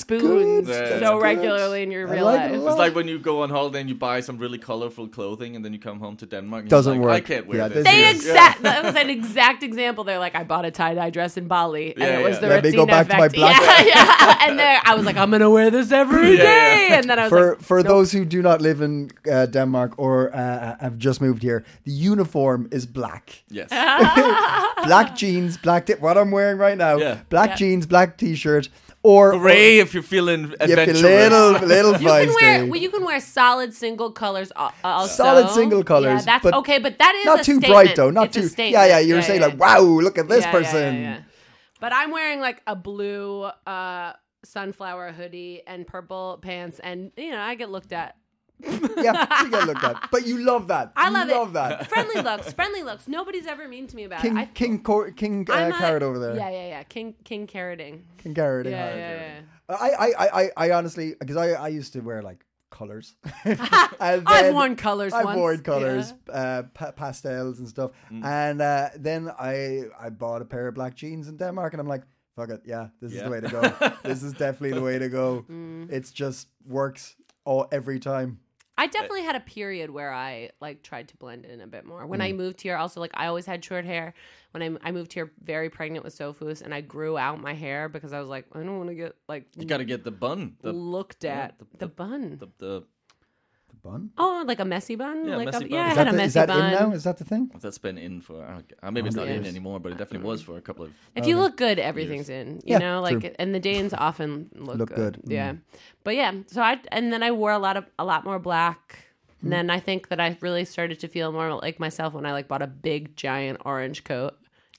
S1: good.
S3: spoons
S2: That's
S3: so
S2: good.
S3: regularly in your
S1: I
S3: real
S1: like it a
S3: life.
S1: lot.
S2: It's like when you go on holiday and you buy some really colorful clothing, and then you come home to Denmark. And
S1: Doesn't
S2: you're like,
S1: work.
S2: I can't wear
S1: Yeah,
S2: this.
S1: this
S3: They
S1: Yes.
S3: exact. That was an exact example. They're like, I bought a tie dye dress in Bali, and
S2: Yeah,
S3: it was
S2: yeah.
S3: the
S1: Let me
S3: Retsina
S1: go back to my
S3: effect.
S1: black-
S3: yeah, yeah. And then I was like, I'm gonna wear this every day.
S2: Yeah, yeah.
S3: And then I was
S1: for
S3: like,
S1: for
S3: nope.
S1: those who do not live in uh, Denmark or uh, have just moved here, the uniform is black.
S2: Yes.
S1: black jeans, black t- what I'm wearing right now.
S2: Yeah.
S1: Black
S3: Yeah.
S1: jeans, black t-shirt, or or-
S2: Hooray if you're feeling
S1: Yep, a
S2: adventurous.
S1: little little
S3: You can wear
S1: feisty.
S3: well, you can wear solid single colors al- also.
S1: Solid single colours,
S3: Yeah, that's
S1: but
S3: okay, but that is
S1: Not
S3: a
S1: too
S3: statement.
S1: bright though. Not
S3: It's a
S1: too.
S3: statement.
S1: Yeah, yeah. You were saying
S3: yeah.
S1: like, "Wow, look at this
S3: Yeah, yeah, yeah,
S1: person."
S3: yeah. But I'm wearing like a blue uh, sunflower hoodie and purple pants, and you know I get looked at.
S1: yeah, you get looked at. But you love that.
S3: I
S1: You
S3: love,
S1: love
S3: it.
S1: that.
S3: Friendly looks, friendly looks. Nobody's ever mean to me about
S1: King
S3: it. I,
S1: King Cor- King uh,
S3: I'm a-
S1: Carrot over there.
S3: Yeah, yeah, yeah. King King carroting.
S1: King Carrot.
S3: Yeah,
S1: eh?
S3: yeah, yeah.
S1: I I I I- I honestly because I I used to wear like colors.
S3: I've worn colors.
S1: I've
S3: once.
S1: worn colors,
S3: Yeah.
S1: uh, pa- pastels and stuff.
S2: Mm.
S1: And uh, then I I bought a pair of black jeans in Denmark, and I'm like, fuck it, yeah, this is the
S2: Yeah.
S1: way to go. this is definitely the way to go. It's just works all every time.
S3: Mm. I definitely had a period where I like tried to blend in a bit more. When I
S1: Mm.
S3: moved here, also like I always had short hair. When I, I moved here, very pregnant with Sofus, and I grew out my hair because I was like, I don't want to get like
S2: You gotta get the bun. The,
S3: looked
S2: yeah,
S3: at.
S2: the-
S3: the, bun.
S2: the, the
S1: The bun.
S3: oh, like a messy bun.
S2: Yeah,
S3: like
S2: messy
S3: a,
S2: bun.
S3: yeah, I
S1: Is
S2: Is
S3: had
S1: that,
S3: a
S1: the,
S3: messy
S1: is that
S3: bun.
S1: in now? Is that the thing?
S2: that's been in for uh, maybe it's not in
S3: Oh, Yes.
S2: anymore, but it definitely was for a couple of.
S3: If you look good, everything's in. You
S1: Yeah,
S3: know, like and the Danes often look,
S1: Look
S3: good.
S1: good, Mm.
S3: Yeah, but yeah. So I and then I wore a lot of a lot more black.
S1: Mm-hmm.
S3: And then I think that I really started to feel more like myself when I like bought a big giant orange coat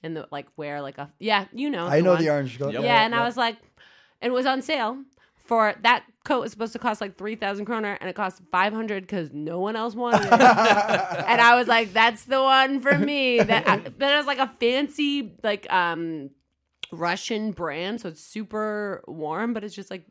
S3: and the, like wear like a yeah you know
S1: I know
S3: one.
S1: the orange. Go-
S2: Yep.
S3: yeah and I was like it was on sale for that coat was supposed to cost like 3000 kroner and it cost 500 because no one else wanted it and i was like that's the one for me that I, but it was like a fancy like um russian brand so it's super warm but it's just like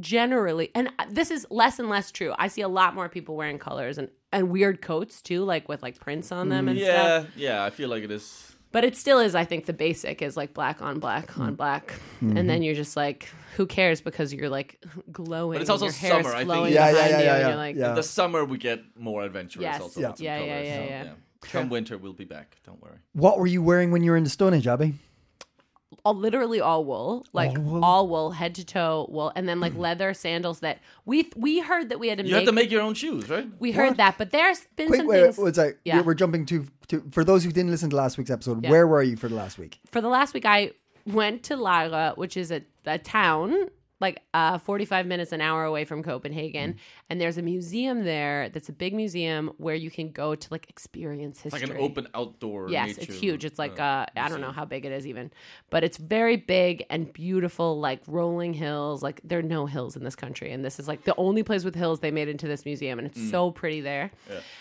S3: generally and this is less and less true i see a lot more people wearing colors and and weird coats too like with like prints on them and stuff
S2: Yeah, yeah, I feel like it is.
S3: but it still is, I think, the basic is like black on black on black,
S1: Mm-hmm.
S3: and then you're just like, who cares? Because you're like glowing.
S2: But it's also
S3: and your hair
S2: summer, I
S3: Is
S2: think.
S3: flowing
S1: Yeah, yeah,
S3: behind
S1: yeah,
S3: you,
S1: yeah,
S3: and
S1: yeah,
S3: you're like,
S1: yeah.
S2: The summer we get more adventurous.
S3: Yes.
S2: Also
S1: Yeah.
S2: with some
S3: Yeah, yeah,
S2: colours,
S3: yeah,
S2: so,
S3: yeah.
S2: Come winter, we'll be back. Don't worry.
S1: What were you wearing when you were in the Stone Age, Abby?
S3: all literally all wool, like all wool, head to toe wool, and then
S1: Mm.
S3: like leather sandals that we we heard that we had to
S2: You
S3: make.
S2: have to make your own shoes, right?
S3: we heard that, but there's been
S1: Wait,
S3: some
S1: wait,
S3: things.
S1: wait, wait, sorry.
S3: Yeah.
S1: We're jumping to, to. For those who didn't listen to last week's episode,
S3: Yeah.
S1: where were you for the last week?
S3: for the last week, I went to Lyra, which is a, a town like uh, 45 minutes an hour away from Copenhagen.
S2: Mm.
S3: And there's a museum there that's a big museum where you can go to like experience history.
S2: Like an open outdoor.
S3: Yes,
S2: nature,
S3: it's huge. It's like
S2: uh,
S3: uh, I don't know how big it is even, but it's very big and beautiful, like rolling hills. Like there are no hills in this country, and this is like the only place with hills they made into this museum, and it's
S2: Mm.
S3: so pretty there.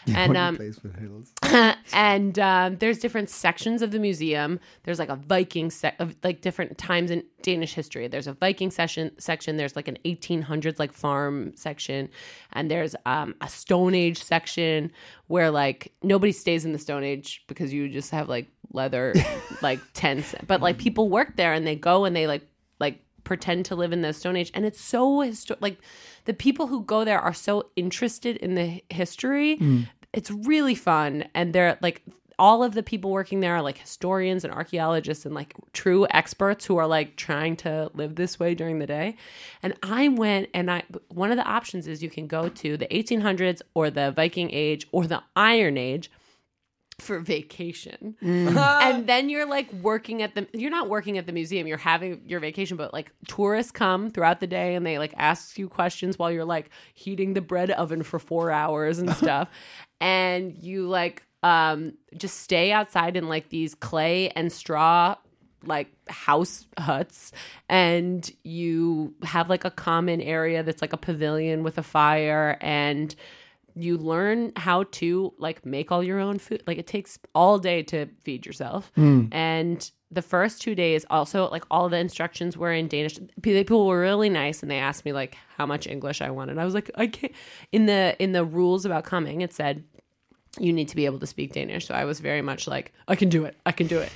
S3: And um,
S1: place with hills.
S3: and um, there's different sections of the museum. There's like a Viking sec of like different times in Danish history. There's a Viking session section. There's like an 1800s like farm section, and there's um, a Stone Age section where like nobody stays in the Stone Age because you just have like leather like tents. But like people work there and they go and they like like pretend to live in the stone age and it's so histo- like the people who go there are so interested in the hi- history it's really fun and they're like all of the people working there are like historians and archaeologists and like true experts who are like trying to live this way during the day and i went and i one of the options is you can go to the 1800s or the viking age or the iron age for vacation. and then you're like working at the you're not working at the museum, you're having your vacation, but like tourists come throughout the day and they like ask you questions while you're like heating the bread oven for 4 hours and stuff. and you like um just stay outside in like these clay and straw like house huts and you have like a common area that's like a pavilion with a fire and you learn how to like make all your own food like it takes all day to feed yourself and the first two days also like all the instructions were in danish P- the people were really nice and they asked me like how much english i wanted i was like i can't in the in the rules about coming it said you need to be able to speak Danish. So I was very much like, I can do it. I can do it.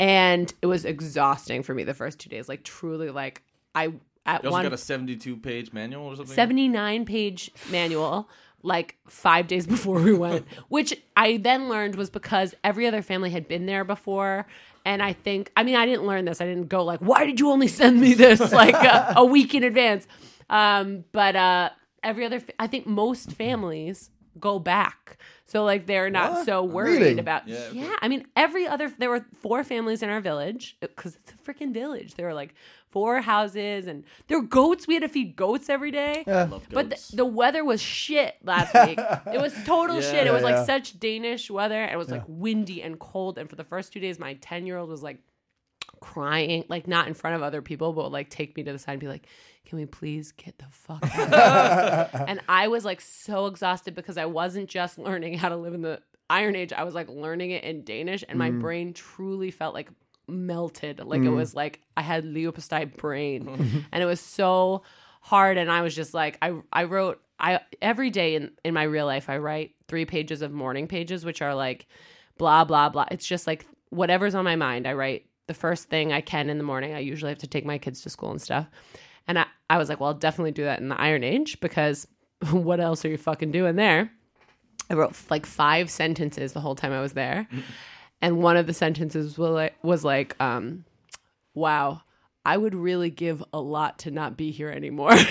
S3: And it was exhausting for me the first two days. Like truly like I at
S2: You also got
S3: one
S2: a 72 page manual or something?
S3: 79 page manual like 5 days before we went, which I then learned was because every other family had been there before and I think I mean I didn't learn this. I didn't go like, "Why did you only send me this like uh, a, a week in advance?" Um but uh every other fa- I think most families go back. So like they're not
S1: What?
S3: so worried
S1: Really?
S3: about yeah,
S2: Yeah,
S3: I mean every other there were four families in our village cuz it's a freaking village. There were like four houses and there were goats. We had to feed goats every day.
S2: Love
S3: But
S2: goats.
S3: the, the weather was shit last week. it was total
S2: Yeah.
S3: shit. It was
S1: Yeah.
S3: like such Danish weather. and It was like windy and cold. And for the first two days, my 10 year old was like crying, like not in front of other people, but would like take me to the side and be like, can we please get the fuck out? and I was like so exhausted because I wasn't just learning how to live in the Iron Age. I was like learning it in Danish, and my brain truly felt like melted. Like it was like I had Leopoldstai brain, and it was so hard. And I was just like, I I wrote I every day in in my real life I write three pages of morning pages, which are like blah blah blah. It's just like whatever's on my mind. I write the first thing I can in the morning. I usually have to take my kids to school and stuff. And I, I was like, well, I'll definitely do that in the Iron Age because what else are you fucking doing there? I wrote like five sentences the whole time I was there. And one of the sentences was like, was like um, wow, I would really give a lot to not be here anymore. but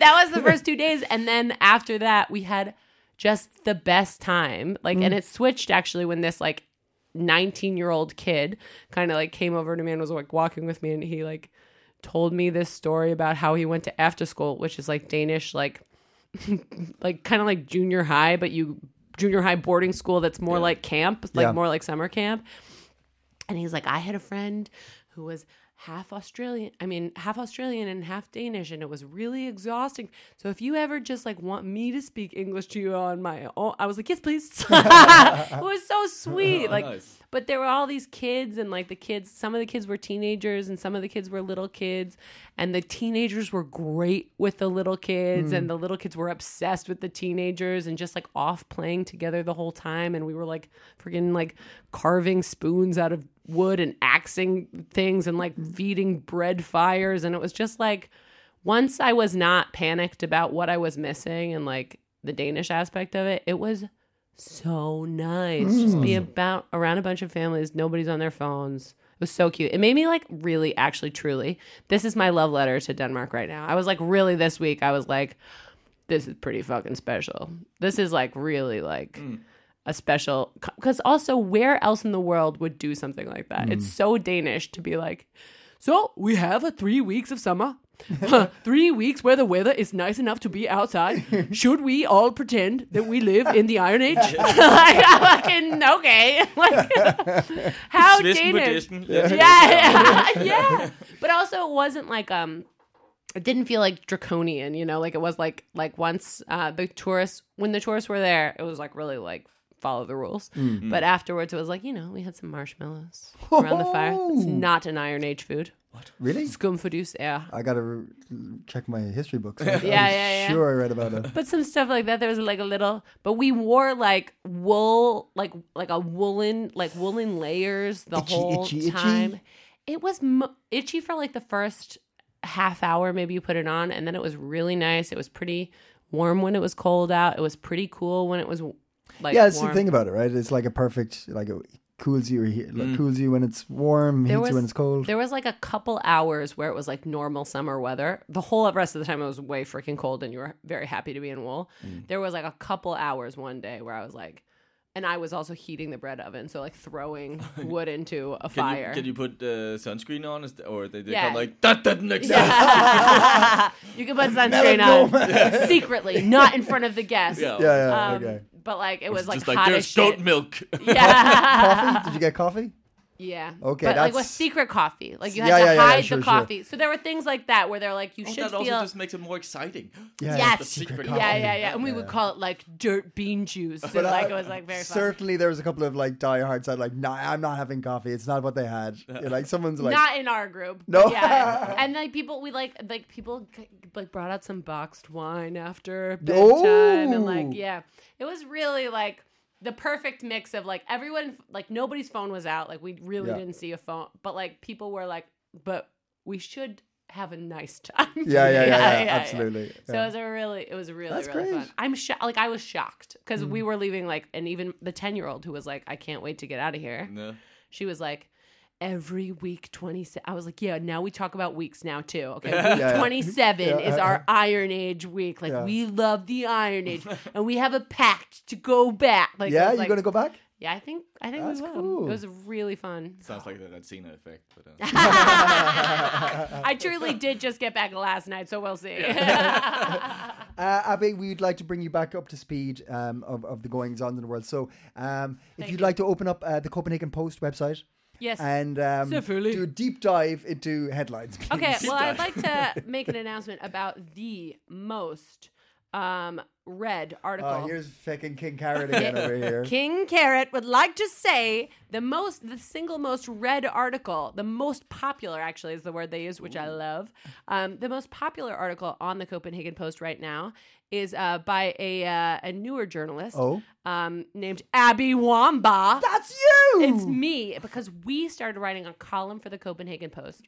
S3: that was the first two days. And then after that, we had just the best time. Like, and it switched actually when this, like, 19 year old kid kind of like came over to me and was like walking with me and he like told me this story about how he went to after school which is like danish like like kind of like junior high, but you junior high boarding school that's more like camp, like
S1: Yeah.
S3: more like summer camp. And he's like, I had a friend who was half Australian, I mean, half Australian and half Danish, and it was really exhausting. So if you ever just like want me to speak English to you on my own, I was like, yes, please. it was so sweet. like,
S2: nice.
S3: but there were all these kids, and like the kids, some of the kids were teenagers, and some of the kids were little kids, and the teenagers were great with the little kids, and the little kids were obsessed with the teenagers, and just like off playing together the whole time, and we were like freaking like carving spoons out of wood and axing things, and like feeding bread fires, and it was just like once I was not panicked about what I was missing and like the Danish aspect of it, it was so nice. Just be about around a bunch of families, nobody's on their phones. It was so cute. It made me like really, actually, truly. This is my love letter to Denmark right now. I was like, really, this week, I was like, this is pretty fucking special. This is like really like a special because also where else in the world would do something like that? It's so Danish to be like, so we have a three weeks of summer. Huh, three weeks where the weather is nice enough to be outside. Should we all pretend that we live in the Iron Age? like, I fucking okay. Like, how
S2: Svisten på
S3: Danish?
S2: disken. Ja.
S3: yeah, yeah, yeah. But also, it wasn't like um, it didn't feel like draconian, you know. Like it was like like once uh the tourists when the tourists were there, it was like really like follow the rules. But afterwards, it was like you know we had some marshmallows around the fire. It's not an Iron Age food.
S1: Really?
S3: Skumfidus, yeah.
S1: I gotta re- check my history books.
S3: yeah, yeah.
S1: Sure, I read about it.
S3: But some stuff like that. There was like a little, but we wore like wool, like like a woolen, like woolen layers the
S1: Itchy,
S3: whole
S1: itchy, itchy?
S3: time. It was mo- itchy for like the first half hour, maybe you put it on, and then it was really nice. It was pretty warm when it was cold out. It was pretty cool when it was like
S1: yeah, that's
S3: warm.
S1: the thing about it, right? It's like a perfect, like it cools you, he- like, cools you when it's warm, heats you when it's cold.
S3: There was like a couple hours where it was like normal summer weather. The whole rest of the time it was way freaking cold and you were very happy to be in wool. There was like a couple hours one day where I was like and I was also heating the bread oven, so like throwing wood into
S2: Can
S3: a fire.
S2: you, can you put uh, sunscreen on? Is th- Or they, they
S3: Yeah.
S2: come like, that doesn't exist.
S3: Yeah. you can put sunscreen on secretly, not in front of the guests.
S2: Yeah.
S1: yeah, yeah,
S3: Um,
S1: okay.
S3: But like it was like
S2: just
S3: hot
S2: like,
S3: as
S2: there's
S3: shit.
S2: goat milk.
S3: Yeah.
S1: Coffee? Did you get coffee?
S3: Yeah.
S1: Okay,
S3: But like
S1: that's-
S3: with secret coffee, like you had
S1: Yeah,
S3: to
S1: yeah, yeah, yeah,
S3: hide
S1: sure,
S3: the
S1: sure.
S3: coffee. So there were things like that where they're like, you
S2: Oh,
S3: should
S2: that also
S3: feel.
S2: just makes it more exciting.
S1: Yeah,
S3: Yes.
S2: The secret
S1: secret
S2: coffee.
S3: yeah,
S1: coffee.
S3: yeah, yeah. And we would call it like dirt bean juice. And, like
S1: I-
S3: it was like very fun.
S1: Certainly, there was a couple of like diehards that like, nah, I'm not having coffee. It's not what they had. You're like someone's like,
S3: Not in our group.
S1: No.
S3: but Yeah. and like people, we like like people c- like brought out some boxed wine after bedtime, and like
S1: Oh.
S3: yeah, it was really like the perfect mix of like everyone like nobody's phone was out. Like we really
S1: Yeah.
S3: didn't see a phone, but like people were like, but we should have a nice time.
S1: yeah, yeah, yeah, yeah, absolutely.
S3: So
S1: yeah.
S3: it was a really, it was really,
S1: That's
S3: really
S1: great. Mm.
S3: fun. I'm sho- like I was shocked because we were leaving like, and even the ten year old who was like, I can't wait to get out of here.
S2: No.
S3: She was like, every week 27. I was like, yeah, now we talk about weeks now too. Okay. Week
S1: yeah.
S3: 27
S1: Yeah.
S3: is our Iron Age week. Like
S1: Yeah.
S3: we love the Iron Age and we have a pact to go back. Like, it
S1: yeah,
S3: was
S1: you're
S3: like-
S1: gonna go back?
S3: Yeah, I think, I think
S1: That's
S3: we will.
S1: cool.
S3: It was really fun.
S2: Sounds like that Cena effect. But, uh,
S3: I truly did just get back last night, so we'll see.
S1: Uh, Abby, we'd like to bring you back up to speed um, of, of the goings on in the world. So, um, if
S3: Thank
S1: you'd
S3: you.
S1: like to open up uh, the Copenhagen Post website
S3: yes.
S1: and um,
S3: Selvfølgelig.
S1: do a deep dive into headlines. please.
S3: Okay, well, I'd like to make an announcement about the most um, read article.
S1: Oh, here's fucking King Carrot again over here.
S3: King Carrot would like to say the most, the single most read article, the most popular actually is the word they use, which I love. Um, the most popular article on the Copenhagen Post right now is uh, by a uh, a newer journalist
S1: Oh.
S3: um, named Abby Wamba.
S1: That's you.
S3: It's me because we started writing a column for the Copenhagen Post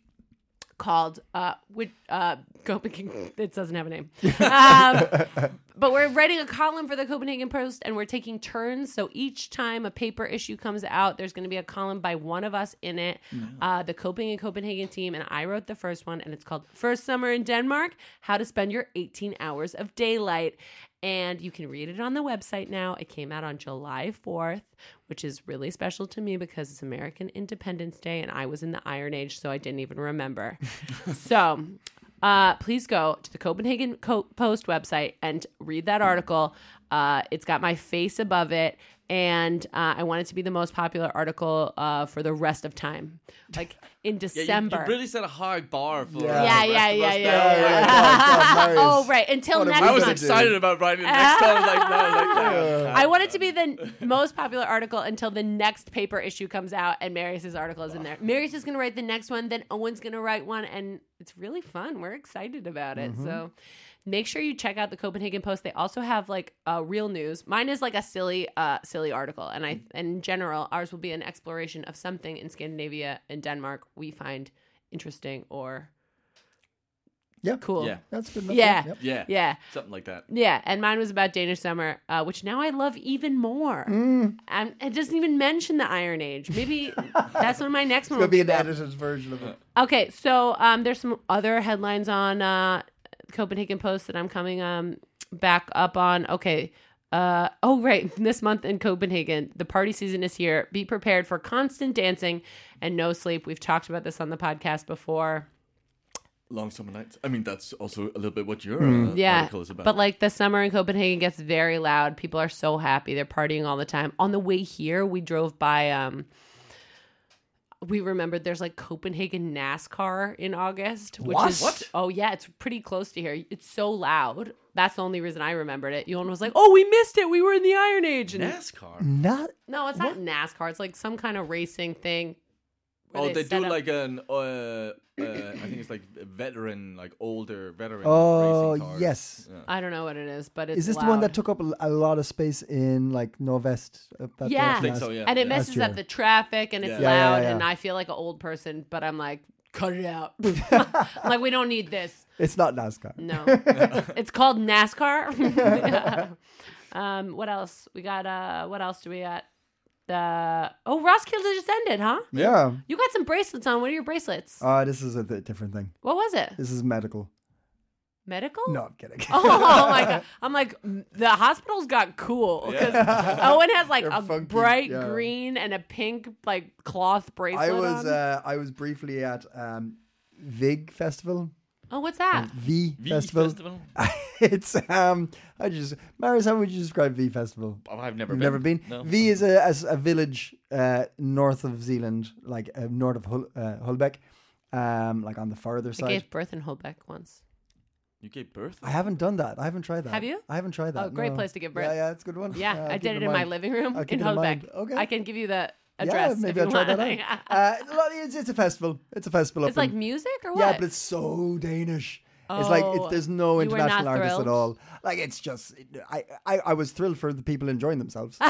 S3: called uh, with, uh, Copenhagen. It doesn't have a name, um, but we're writing a column for the Copenhagen Post, and we're taking turns. So each time a paper issue comes out, there's going to be a column by one of us in it. Uh, the Coping and Copenhagen team, and I wrote the first one, and it's called First Summer in Denmark: How to Spend Your 18 Hours of Daylight. And you can read it on the website now. It came out on July 4th, which is really special to me because it's American Independence Day and I was in the Iron Age, so I didn't even remember. so uh, please go to the Copenhagen Co- Post website and read that article. Uh, it's got my face above it. And uh, I want it to be the most popular article uh, for the rest of time, like
S2: yeah,
S3: in
S2: you-
S3: December.
S2: You, really set a high bar for.
S1: Yeah.
S2: uh, the
S3: yeah,
S2: rest
S3: yeah,
S2: of
S3: yeah,
S2: us
S3: yeah,
S2: now.
S1: Oh,
S3: yeah.
S1: right, God, God, Marius.
S3: Oh, right. Until
S1: What a
S3: next
S2: I was
S1: Gonna
S3: month.
S1: do.
S2: excited about writing it next time. Like, no, like, no.
S3: I want it to be the most popular article until the next paper issue comes out and Marius's article is in there. Marius is going to write the next one, then Owen's going to write one, and it's really fun. We're excited about it. So
S2: Mm-hmm.
S3: make sure you check out the Copenhagen Post. They also have like uh, real news. Mine is like a silly, uh, silly article, and I in general ours will be an exploration of something in Scandinavia and Denmark we find interesting or
S1: Yeah.
S3: cool.
S2: Yeah.
S1: That's good. enough.
S3: Yeah.
S1: Yep.
S2: Yeah.
S3: Yeah.
S2: Something like that.
S3: Yeah, and mine was about Danish summer, uh, which now I love even more.
S1: Mm.
S3: And it doesn't even mention the Iron Age. Maybe that's when my next one
S1: It'll
S3: will
S1: be an
S3: be.
S1: edited version of it.
S3: Okay, so um, there's some other headlines on uh, Copenhagen Post that I'm coming um, back up on. Okay. Uh, oh, right. This month in Copenhagen, the party season is here. Be prepared for constant dancing and no sleep. We've talked about this on the podcast before.
S2: Long summer nights. I mean, that's also a little bit what your
S1: Hmm.
S2: uh,
S3: yeah,
S2: article is about.
S3: But like the summer in Copenhagen gets very loud. People are so happy. They're partying all the time. On the way here, we drove by um we remembered there's like Copenhagen NASCAR in August, which
S1: What?
S3: is
S1: What?
S3: oh yeah, it's pretty close to here. It's so loud. That's the only reason I remembered it. Yolan was like, "Oh, we missed it. We were in the Iron Age." And-
S2: NASCAR.
S1: Not
S3: no, it's not NASCAR. It's like some kind of racing thing. where
S2: Oh, they,
S3: set
S2: do
S3: up-
S2: like an. Uh, uh, I think it's like a veteran, like older veteran.
S1: Oh,
S2: racing cars.
S1: yes.
S2: Yeah.
S3: I don't know what it is, but it's
S1: Is this
S3: loud.
S1: the one that took up a, a lot of space in like Norvest? Uh, that
S3: Yeah.
S1: direction
S3: I think
S1: last-
S2: so, yeah.
S3: and it
S1: That's
S3: messes up
S1: true.
S3: the traffic and it's
S2: Yeah. Yeah,
S1: yeah,
S3: loud
S1: yeah.
S3: and i feel like an old person but i'm like cut it out I'm like we don't need this
S1: It's not NASCAR.
S3: no it's called nascar um what else we got uh what else do we got the oh roskilde just ended huh
S1: Yeah.
S3: you got some bracelets on what are your bracelets
S1: Uh, this is a th- different thing.
S3: what was it
S1: This is medical.
S3: medical
S1: No, I'm kidding.
S3: Oh, my god! I'm like the hospital's got cool because Owen has like
S1: They're
S3: a
S1: funky,
S3: bright
S1: yeah.
S3: green and a pink like cloth bracelet.
S1: I was
S3: on.
S1: uh, I was briefly at um, Vig Festival
S3: Oh, what's that?
S1: V,
S2: V
S1: festival.
S2: Festival?
S1: it's um. I just Marius, how would you describe V festival?
S2: Oh, I've never
S1: You've
S2: been.
S1: never been.
S2: No.
S1: V is a, as a village uh, north of Zealand, like uh, north of Hul- uh, Hulbeck, um, like on the farther
S3: I
S1: side.
S3: gave birth in Holbeck once.
S2: You gave birth.
S1: I haven't done that. I haven't tried that.
S3: Have you?
S1: I haven't tried that.
S3: Oh, great
S1: no.
S3: place to give birth.
S1: Yeah, yeah, it's a good one.
S3: Yeah,
S1: I'll
S3: I
S1: keep
S3: did it in my
S1: mind.
S3: living room
S1: I'll keep
S3: in
S1: it in mind.
S3: Holbeck.
S1: Okay.
S3: I can give you the
S1: Yeah,
S3: address.
S1: maybe
S3: if
S1: I'll
S3: you
S1: try that
S3: want.
S1: out. Uh, well, it's, it's a festival. It's a festival.
S3: it's
S1: up
S3: like
S1: in-
S3: music or what?
S1: Yeah, but it's so Danish. it's like it,
S3: Oh,
S1: there's no
S3: you were not
S1: international artists at all.
S3: thrilled?
S1: Like it's just, I, I, I was thrilled for the people enjoying themselves.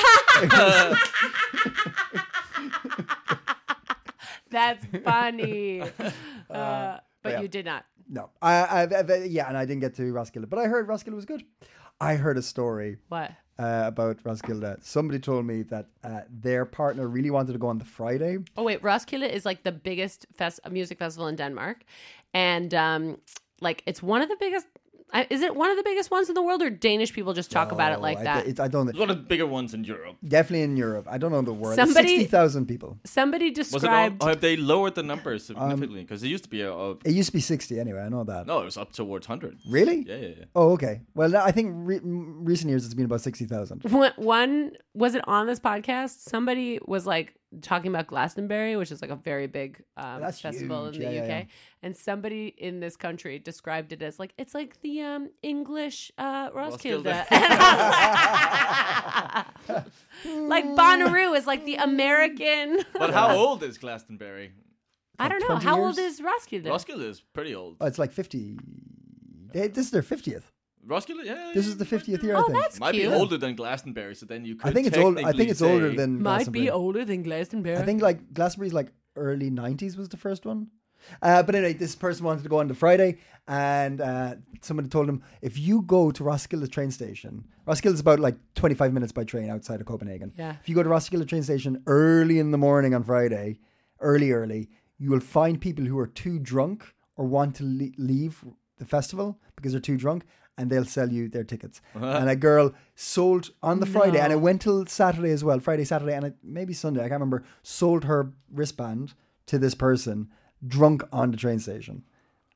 S3: That's funny. uh, but
S1: yeah.
S3: you did not.
S1: no, I, I, I, yeah, and I didn't get to Roskilde, but I heard Roskilde was good. I heard a story
S3: What?
S1: uh, about Roskilde. Somebody told me that uh, their partner really wanted to go on the Friday.
S3: Oh wait, Roskilde is like the biggest fest- music festival in Denmark, and um, like it's one of the biggest. I- Is it one of the biggest ones in the world, or Danish people just talk about it
S1: Oh,
S3: like
S1: I,
S3: that?
S1: It, I don't.
S2: It's one of the bigger ones in Europe.
S1: Definitely in Europe. I don't know the world.
S3: Somebody-
S1: Sixty thousand people.
S3: Somebody
S2: Was it all,
S3: described.
S2: or have they lowered the
S1: Um,
S2: numbers significantly? Because it used to be a, a
S1: It used to be sixty anyway. I know that.
S2: no, it was up towards hundred.
S1: Really?
S2: Yeah, yeah, yeah.
S1: Oh, okay. Well, I think re- m- recent years it's been about sixty thousand.
S3: one, one was it on this podcast? Somebody was like talking about Glastonbury, which is like a very big um,
S1: That's
S3: festival
S1: huge.
S3: in the
S1: Yeah, yeah,
S3: UK,
S1: yeah.
S3: and somebody in this country described it as like it's like the um, English uh, Roskilde,
S2: Roskilde.
S3: And I was like, like Bonnaroo is like the American.
S2: But how old is Glastonbury?
S3: I don't know
S1: 20
S3: how old
S1: years?
S3: is Roskilde.
S2: Roskilde is pretty old.
S1: Oh, it's like fifty. They, this is their fiftieth.
S2: Roskilde, yeah. yeah,
S1: This is the
S2: yeah, might
S1: fiftieth
S2: be-
S1: year. I
S3: Oh,
S1: think.
S3: that's
S2: Might
S3: cute.
S2: be older than Glastonbury, so then you could.
S1: I think it's old. I think
S2: technically
S1: it's older
S2: say-
S1: than.
S3: Might be
S1: Glastonbury.
S3: older than Glastonbury.
S1: I think like Glastonbury's like early nineties was the first one. Uh, but anyway, this person wanted to go on the Friday, and uh, somebody told him if you go to Roskilde train station, Roskilde's about like twenty five minutes by train outside of Copenhagen.
S3: Yeah.
S1: If you go to Roskilde train station early in the morning on Friday, early early, you will find people who are too drunk or want to le- leave the festival because they're too drunk. And they'll sell you their tickets. And a girl sold on the Friday, and it
S3: No.
S1: went went till Saturday as well, Friday, Saturday, and it, maybe Sunday. I can't remember. Sold her wristband to this person drunk on the train station,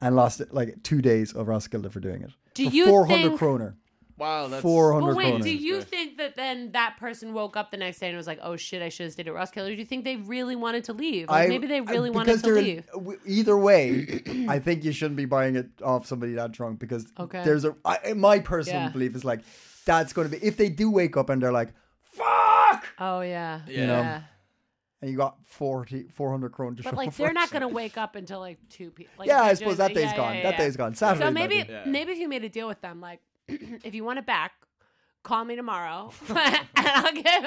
S1: and lost like two days of Roskilde for doing it.
S3: Do
S1: for
S3: you
S1: 400
S3: think-
S1: kroner?
S2: Wow, that's
S1: 400
S3: But wait,
S1: kroner.
S3: do you
S2: Christ.
S3: think that then that person woke up the next day and was like, "Oh shit, I should have stayed at Roskilde"? Or do you think they really wanted to leave? Like,
S1: I-
S3: maybe they really
S1: I-
S3: wanted
S1: because
S3: to
S1: they're-
S3: leave.
S1: w- Either way, I think you shouldn't be buying it off somebody that drunk because
S3: Okay.
S1: there's a I, my personal
S3: Yeah.
S1: belief is like that's going to be if they do wake up and they're like fuck,
S3: Oh yeah, yeah.
S2: You know.
S1: and you got 40, 400 kroner. to show
S3: But like,
S1: for
S3: they're
S1: it.
S3: not gonna wake up until like two p.
S1: yeah,
S3: Like, they
S1: I
S3: just-
S1: suppose that day's
S3: yeah,
S1: gone.
S3: yeah,
S1: That
S3: yeah.
S1: day's gone. Saturday.
S3: So maybe
S2: Yeah.
S3: maybe if you made a deal with them, like, if you want it back, call me tomorrow, and I'll give,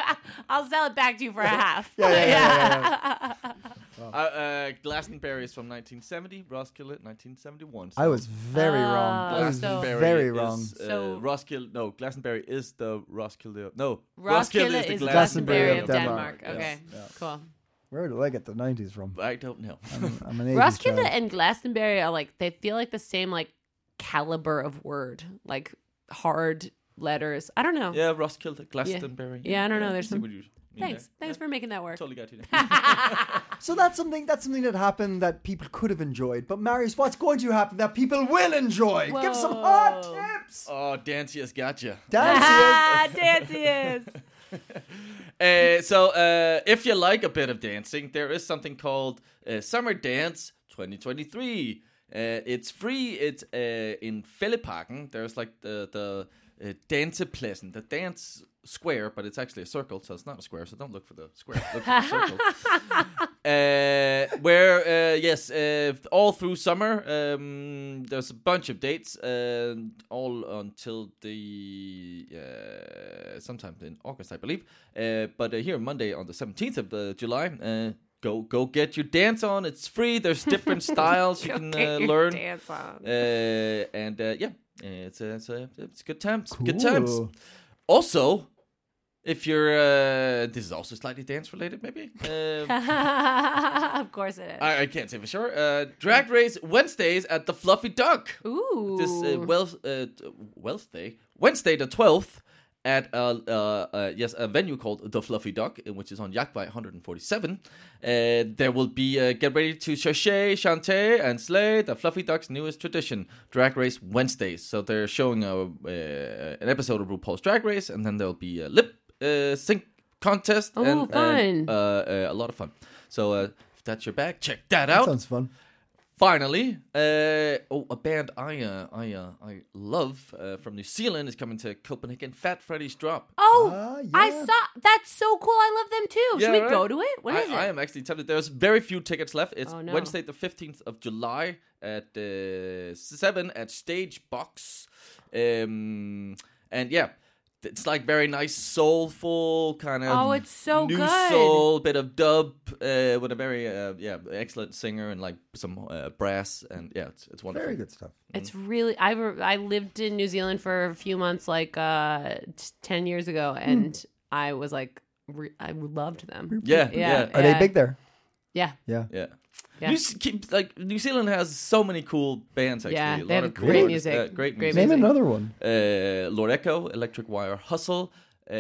S3: I'll sell it back to you for a half.
S1: yeah, yeah, yeah,
S2: Uh, uh, Glastonbury is from 1970. Roskilde 1971.
S1: I was very wrong.
S3: Oh,
S1: I was
S3: so-
S1: very wrong.
S2: Is, uh,
S3: So-
S2: Roskilde, no, Glastonbury is the Roskilde. No,
S3: Roskilde
S2: Roskilde
S3: is
S2: the
S3: Glastonbury
S1: Glastonbury
S3: of
S1: of Denmark.
S3: Denmark. Okay, cool.
S1: Where do I get the nineties from?
S2: I don't know.
S1: I'm an 80s
S3: Roskilde
S1: child.
S3: and Glastonbury are like they feel like the same like caliber of word, like hard letters. I don't know.
S2: yeah, Roskilde, Glastonbury.
S3: Yeah, I don't know, there's
S2: see
S3: some-
S2: what you mean
S3: Thanks.
S2: there.
S3: Thanks
S2: Yeah,
S3: for making that work.
S2: Totally got you.
S1: So that's something that's something that happened that people could have enjoyed. But Marius, what's going to happen that people will enjoy? Give some hot
S3: Whoa.
S1: tips.
S2: oh, Dancy has got you.
S1: Dance
S3: ah, dancy is.
S2: Uh, so uh, if you like a bit of dancing, there is something called uh, Summer Dance 2023. Uh, it's free. It's uh, in Fælleparken. There's like the the uh, dansepladsen, the dance square, but it's actually a circle, so it's not a square. So don't look for the square. Look for the circle. uh, where uh, yes, uh, all through summer, um, there's a bunch of dates, uh, all until the uh, sometime in August, I believe. Uh, but uh, here Monday on the 17th of uh, July, uh, go go get your dance on. It's free. There's different styles you can uh, learn,
S3: Dance on.
S2: uh, and uh, yeah, it's uh, it's, uh, it's good times. Good
S1: tips.
S2: times. Also. If you're, uh, this is also slightly dance related, maybe. Um,
S3: of course it is.
S2: I, I can't say for sure. Uh, drag race Wednesdays at the Fluffy Duck.
S3: Ooh.
S2: uh, This uh, Welf, uh, t- Wednesday, Wednesday the twelfth at a, uh, uh, yes a venue called the Fluffy Duck, uh, which is on Yakbai 147. Uh, there will be uh, get ready to chercher, chanter, and slay the Fluffy Duck's newest tradition, Drag Race Wednesdays. So they're showing a, uh, an episode of RuPaul's Drag Race, and then there'll be a lip uh, sync contest
S3: Oh,
S2: and, and,
S3: fun.
S2: uh, uh, a lot of fun. So uh, if that's your bag, check that out
S1: Sounds fun.
S2: finally, uh, oh, a band I uh, I uh, I love uh, from New Zealand is coming to Copenhagen. Fat Freddy's Drop.
S3: Oh,
S1: Ah,
S3: I
S1: yeah.
S3: saw. That's so cool. I love them too. Should we
S2: right?
S3: go to it? What
S2: I,
S3: is it?
S2: I am actually tempted. There's very few tickets left. It's
S3: Oh, no.
S2: Wednesday, the fifteenth of July at uh, seven at Stage Box, um, and yeah. It's like very nice, soulful kind of.
S3: Oh, it's so
S2: new
S3: good.
S2: soul, bit of dub, uh, with a very uh, yeah excellent singer and like some uh, brass and yeah, it's, it's wonderful.
S1: Very good stuff.
S2: Mm.
S3: It's really I re- I lived in New Zealand for a few months like uh t- 10 years ago
S2: Hmm.
S3: and I was like re- I loved them.
S2: Yeah, yeah.
S3: Yeah.
S1: Are they big there?
S3: Yeah.
S1: Yeah.
S2: Yeah.
S3: Yeah.
S2: New, Z- keep- like New Zealand has so many cool bands. Actually,
S3: Yeah,
S2: a
S3: they
S2: lot
S3: have
S2: of cool
S3: great
S2: artists,
S3: music.
S2: uh, great music.
S3: Great
S1: Name
S3: Amazing.
S1: another one.
S2: Uh, Lord Echo, Electric Wire Hustle, uh,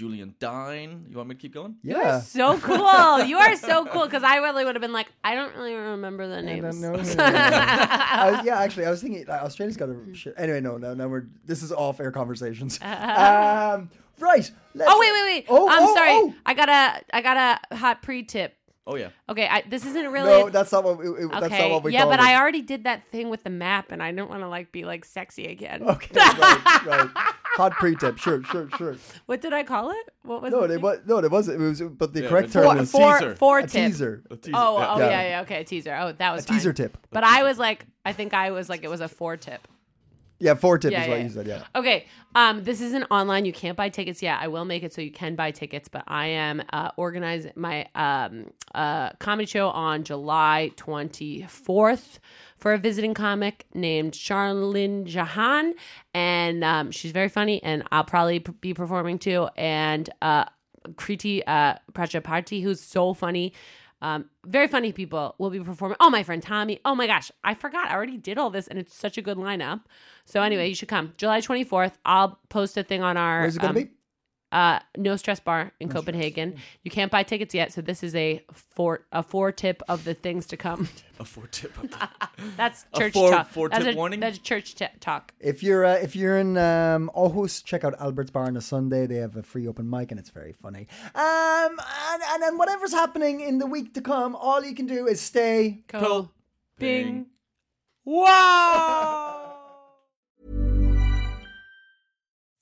S2: Julian Dine. You want me to keep going?
S1: Yeah.
S3: So cool. you are so cool cuz I really would have been like I don't really remember the
S1: I
S3: names.
S1: don't know. I was- yeah, actually, I was thinking like, Australia's got a shit. Anyway, no, no, no. We're this is off air conversations. um, right. Let's,
S3: Oh wait, wait, wait.
S1: Oh,
S3: I'm
S1: oh,
S3: sorry.
S1: oh.
S3: I got a I got a hot pre-tip.
S2: Oh yeah.
S3: Okay, I, this isn't really
S1: No, that's not what. We, it- That's not what we.
S3: yeah,
S1: call
S3: but
S1: it.
S3: I already did that thing with the map, and I don't want to like be like sexy again.
S1: Okay. right, right. Hot pre-tip. Sure, sure, sure.
S3: What did I call it? What was
S1: No,
S3: the
S1: they
S3: thing?
S1: was no, it wasn't. It was, but the
S2: Yeah,
S1: correct
S2: the
S1: term
S3: Four,
S2: a
S1: is
S3: four,
S2: teaser.
S3: four
S1: a
S3: tip.
S1: teaser.
S2: A teaser.
S3: Oh, oh
S1: Yeah.
S3: yeah. yeah, okay, a teaser. Oh, that was
S1: A
S3: fine.
S1: teaser tip.
S3: But I was like, I think I was like, it was a four tip.
S1: Yeah, four tip
S3: Yeah,
S1: is
S3: yeah,
S1: what
S3: yeah.
S1: you said. Yeah.
S3: Okay, um, this isn't online. You can't buy tickets. Yeah, I will make it so you can buy tickets. But I am uh, organizing my um, uh, comedy show on July twenty fourth for a visiting comic named Charlene Jahan, and um, she's very funny, and I'll probably p- be performing too. And uh, Kriti uh, Prajaparty, who's so funny. Um, very funny people will be performing. Oh, my friend Tommy. Oh my gosh, I forgot. I already did all this, and it's such a good lineup. So anyway, you should come July twenty fourth. I'll post a thing on our
S1: Where's it gonna
S3: um,
S1: be?
S3: uh, no stress bar in Copenhagen. You can't buy tickets yet, so this is a four a four tip of the things to come.
S2: A four tip.
S3: That's
S2: A
S3: church
S2: fore-
S3: talk.
S2: foretip
S3: that's a,
S2: warning?
S3: That's church t- talk.
S1: If you're uh, if you're in um, Aarhus, check out Albert's Bar on a Sunday. They have a free open mic and it's very funny. Um, and and then whatever's happening in the week to come, all you can do is stay.
S3: Cool. Bing.